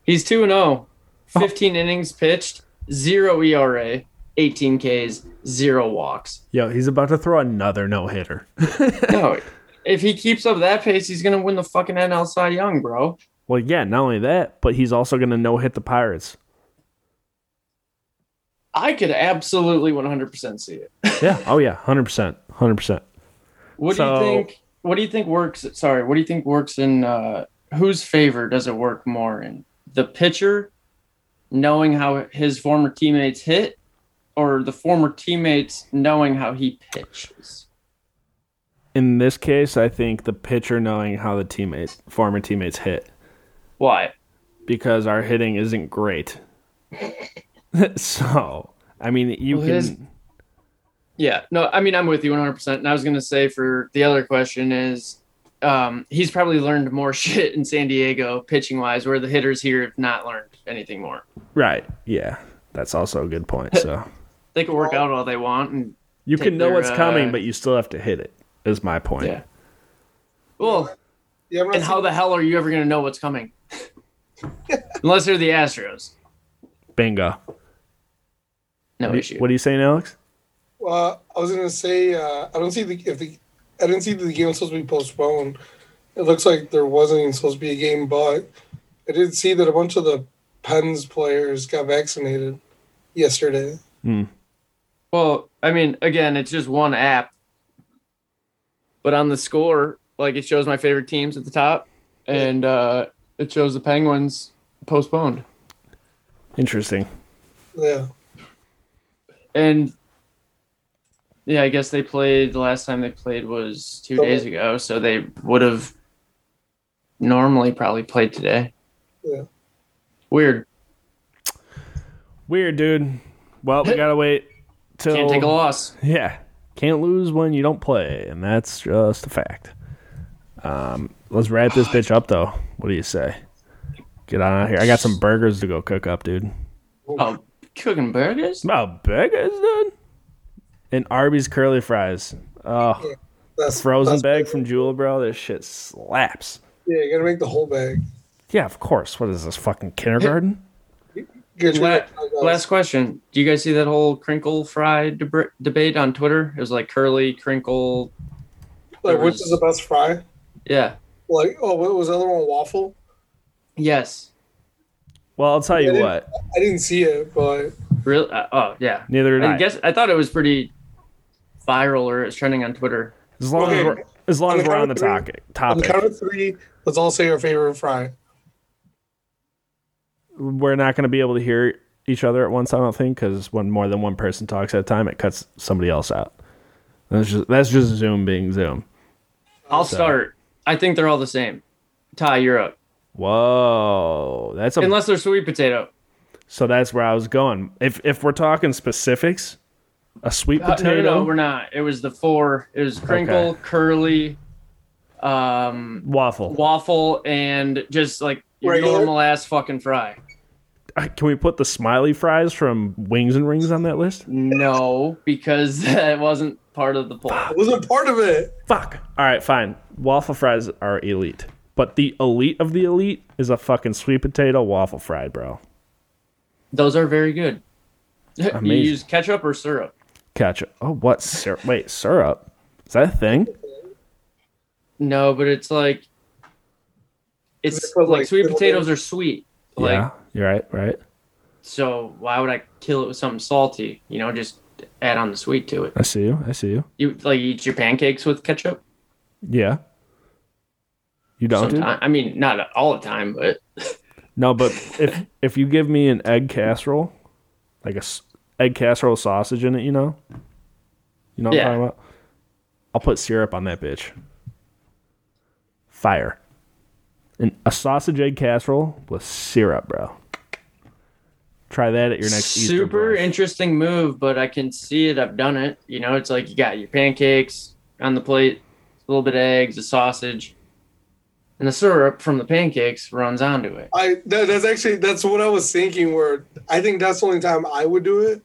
Speaker 4: He's 2 and 0, 15 innings pitched, zero E ERA, 18 Ks, zero walks.
Speaker 2: Yo, he's about to throw another no hitter.
Speaker 4: No, if he keeps up that pace, he's going to win the fucking NL Cy Young, bro.
Speaker 2: Well, yeah, not only that, but he's also going to no hit the Pirates.
Speaker 4: I could absolutely 100% see it.
Speaker 2: Yeah. Oh, yeah. 100%. 100%.
Speaker 4: What
Speaker 2: So-
Speaker 4: do you think? What do you think works? Sorry, what do you think works in uh, whose favor does it work more in? The pitcher knowing how his former teammates hit, or the former teammates knowing how he pitches?
Speaker 2: In this case, I think the pitcher knowing how the teammates, former teammates hit
Speaker 4: Why?
Speaker 2: because our hitting isn't great. (laughs) so, I mean, you
Speaker 4: Well,
Speaker 2: can.
Speaker 4: his- Yeah, no, I mean I'm with you 100. percent And I was gonna say for the other question is, um, he's probably learned more (laughs) shit in San Diego pitching wise, where the hitters here have not learned anything more.
Speaker 2: Right. Yeah. That's also a good point.
Speaker 4: (laughs)
Speaker 2: So,
Speaker 4: They can work out all they want, and
Speaker 2: you
Speaker 4: Take
Speaker 2: can know
Speaker 4: their,
Speaker 2: what's coming,
Speaker 4: uh,
Speaker 2: but you still have to hit it, is my point.
Speaker 4: yeah. Well,
Speaker 3: Yeah, I'm not
Speaker 4: and how the hell are you ever gonna know what's coming? (laughs) Unless they're the Astros,
Speaker 2: Bingo.
Speaker 4: no issue.
Speaker 2: What are you saying, Alex?
Speaker 3: Uh, I was gonna say uh, I don't see the if the I didn't see that the game was supposed to be postponed. It looks like there wasn't even supposed to be a game, but I did see that a bunch of the Pens players got vaccinated yesterday.
Speaker 4: Well, I mean, again, it's just one app, but on the score, like it shows my favorite teams at the top, and uh, it shows the Penguins postponed.
Speaker 2: Interesting.
Speaker 3: Yeah,
Speaker 4: And yeah, I guess they played the last time they played was two days ago, so they would have normally probably played today.
Speaker 3: Yeah.
Speaker 4: Weird.
Speaker 2: Weird, dude. Well, we gotta wait till
Speaker 4: Can't take a loss.
Speaker 2: yeah. Can't lose when you don't play, and that's just a fact. Um, let's wrap this bitch up, though. What do you say? Get on out here. I got some burgers to go cook up, dude.
Speaker 4: Oh, cooking burgers?
Speaker 2: Oh, burgers, dude. And Arby's curly fries. Oh,
Speaker 3: that's
Speaker 2: frozen
Speaker 3: that's-
Speaker 2: bag from Jewel, bro. This shit slaps.
Speaker 3: Yeah, you gotta make the whole bag.
Speaker 2: Yeah, of course. What is this fucking kindergarten?
Speaker 3: Get your- uh,
Speaker 4: La- Last question. Do you guys see that whole crinkle fry debr debate on Twitter? It was like curly, crinkle.
Speaker 3: like, which is the best fry?
Speaker 4: Yeah.
Speaker 3: Like, oh, what was the other one? Waffle.
Speaker 4: Yes.
Speaker 2: Well, I'll tell you
Speaker 3: Yeah.
Speaker 2: what.
Speaker 3: I didn't see it, but
Speaker 4: Really? Uh, oh, yeah.
Speaker 2: Neither did I.
Speaker 4: I guess I thought it was pretty viral or it's trending on Twitter.
Speaker 2: as long as
Speaker 3: Okay.
Speaker 2: we're, as long
Speaker 3: On
Speaker 2: as
Speaker 3: the
Speaker 2: we're on the
Speaker 3: count of
Speaker 2: topic.
Speaker 3: on the
Speaker 2: Topic.
Speaker 3: count of three, let's all say our favorite fry.
Speaker 2: we're not going to be able to hear each other at once. I don't think because when more than one person talks at a time, it cuts somebody else out. That's just that's just Zoom being Zoom.
Speaker 4: I'll start. I think they're all the same. Ty, you're up.
Speaker 2: Whoa, that's a,
Speaker 4: Unless they're sweet potato.
Speaker 2: so that's where I was going. If if we're talking specifics, a sweet
Speaker 4: Uh,
Speaker 2: potato.
Speaker 4: No, no, no, we're not. It was the four. It was crinkle, curly, um,
Speaker 2: Waffle.
Speaker 4: waffle, and just like your
Speaker 3: Regular?
Speaker 4: normal ass fucking fry.
Speaker 2: Uh, Can we put the smiley fries from Wings and Rings on that list?
Speaker 4: No, because (laughs) that wasn't part of the poll.
Speaker 3: I wasn't part of it.
Speaker 2: Fuck. All right, fine. Waffle fries are elite, but the elite of the elite is a fucking sweet potato waffle fry, bro.
Speaker 4: Those are very good. (laughs) You
Speaker 2: Amazing.
Speaker 4: use ketchup or syrup?
Speaker 2: Ketchup. Oh, what syrup? Wait, syrup? Is that a thing?
Speaker 4: No, but it's like
Speaker 3: They
Speaker 4: it's
Speaker 3: put,
Speaker 4: like,
Speaker 3: like,
Speaker 4: sweet
Speaker 3: little-
Speaker 4: potatoes are sweet. Like
Speaker 2: yeah, you're right. Right.
Speaker 4: so, why would I kill it with something salty? You know, just add on the sweet to it.
Speaker 2: I see you. I see you.
Speaker 4: You like eat your pancakes with ketchup?
Speaker 2: Yeah. You don't do
Speaker 4: Sometime. I mean, not all the time, but
Speaker 2: no, but if if you give me an egg casserole, like a s- egg casserole with sausage in it, you know, you know what
Speaker 4: Yeah.
Speaker 2: I'm talking about. I'll put syrup on that bitch. Fire. And a sausage egg casserole with syrup, bro. Try that at your next Easter
Speaker 4: super
Speaker 2: brunch.
Speaker 4: interesting move, but I can see it. I've done it. You know, it's like you got your pancakes on the plate, a little bit of eggs, a sausage, and the syrup from the pancakes runs onto it.
Speaker 3: I that, that's actually that's what I was thinking. Where I think that's the only time I would do it.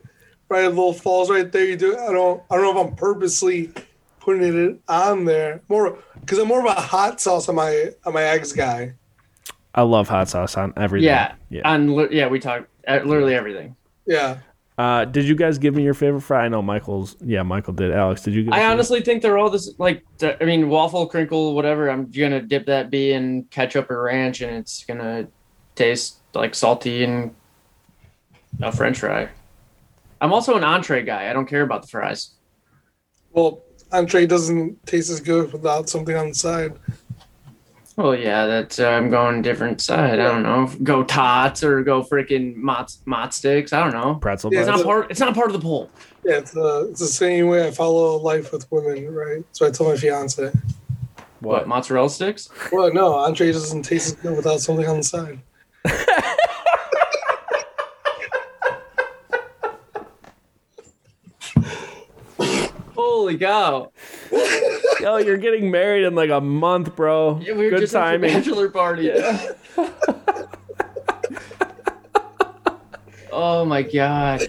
Speaker 3: Right, a little falls right there. You do. it. I don't. I don't know if I'm purposely putting it on there more because I'm more of a hot sauce on my on my eggs guy.
Speaker 2: I love hot sauce on everything.
Speaker 4: Yeah,
Speaker 2: Yeah.
Speaker 4: on li- yeah, we talked uh, literally everything.
Speaker 3: Yeah.
Speaker 2: Uh, did you guys give me your favorite fry? I know Michael's. Yeah, Michael did. Alex, did you? Give us
Speaker 4: I
Speaker 2: your-
Speaker 4: honestly think they're all this like. th- I mean, waffle, crinkle, whatever. I'm gonna dip that B in ketchup or ranch, and it's gonna taste like salty and a French fry. I'm also an entree guy. I don't care about the fries.
Speaker 3: Well, entree doesn't taste as good without something on the side.
Speaker 4: Well, yeah, that's uh, I'm going different side. I don't know. Go tots or go freaking mott mott sticks. I don't know.
Speaker 2: pretzel.
Speaker 3: Yeah,
Speaker 4: It's
Speaker 2: bites?
Speaker 4: not part. It's not part of the poll.
Speaker 3: Yeah, it's, uh, it's the same way I follow life with women, right? So I told my fiance,
Speaker 4: What, (laughs) mozzarella sticks?
Speaker 3: "Well, no, entree doesn't taste as good without something on the side."
Speaker 4: Holy cow!
Speaker 2: Yo, Oh, you're getting married in like a month, bro.
Speaker 4: Yeah, we were
Speaker 2: Good
Speaker 4: just
Speaker 2: timing.
Speaker 4: at your bachelor party. (laughs) oh my god,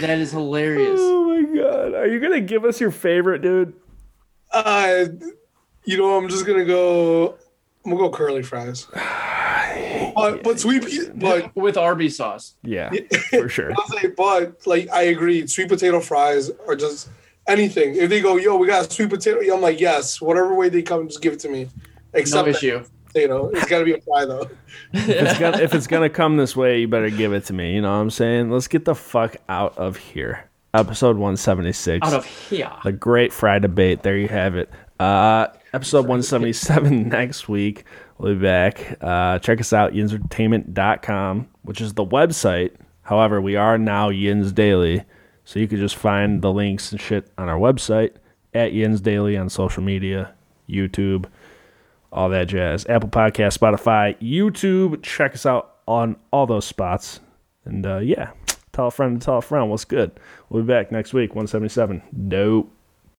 Speaker 4: that is hilarious.
Speaker 2: (laughs) Oh my god, are you gonna give us your favorite, dude?
Speaker 3: Uh, you know, I'm just gonna go. I'm gonna go curly fries. But but sweet, pe- but
Speaker 4: With Arby's sauce. (laughs)
Speaker 2: Yeah, for sure.
Speaker 3: I'll say, but like I agree, sweet potato fries are just anything. If they go, yo, we got sweet potato, I'm like, yes, whatever way they come, just give it to me.
Speaker 4: No
Speaker 3: Except
Speaker 4: issue.
Speaker 3: that potato, it's gotta be a fry though.
Speaker 2: If it's, gonna, if it's gonna come this way, you better give it to me. You know what I'm saying? Let's get the fuck out of here. Episode 176.
Speaker 4: Out of here.
Speaker 2: the great fry debate. There you have it. Uh, episode 177 (laughs) next week. We'll be back. Uh, check us out, yinsentertainment.com, which is the website. However, we are now Yins Daily. So you can just find the links and shit on our website at Yins Daily on social media, YouTube, all that jazz. Apple Podcast, Spotify, YouTube. Check us out on all those spots. And uh, yeah, tell a friend to tell a friend what's good. We'll be back next week, 177. Dope.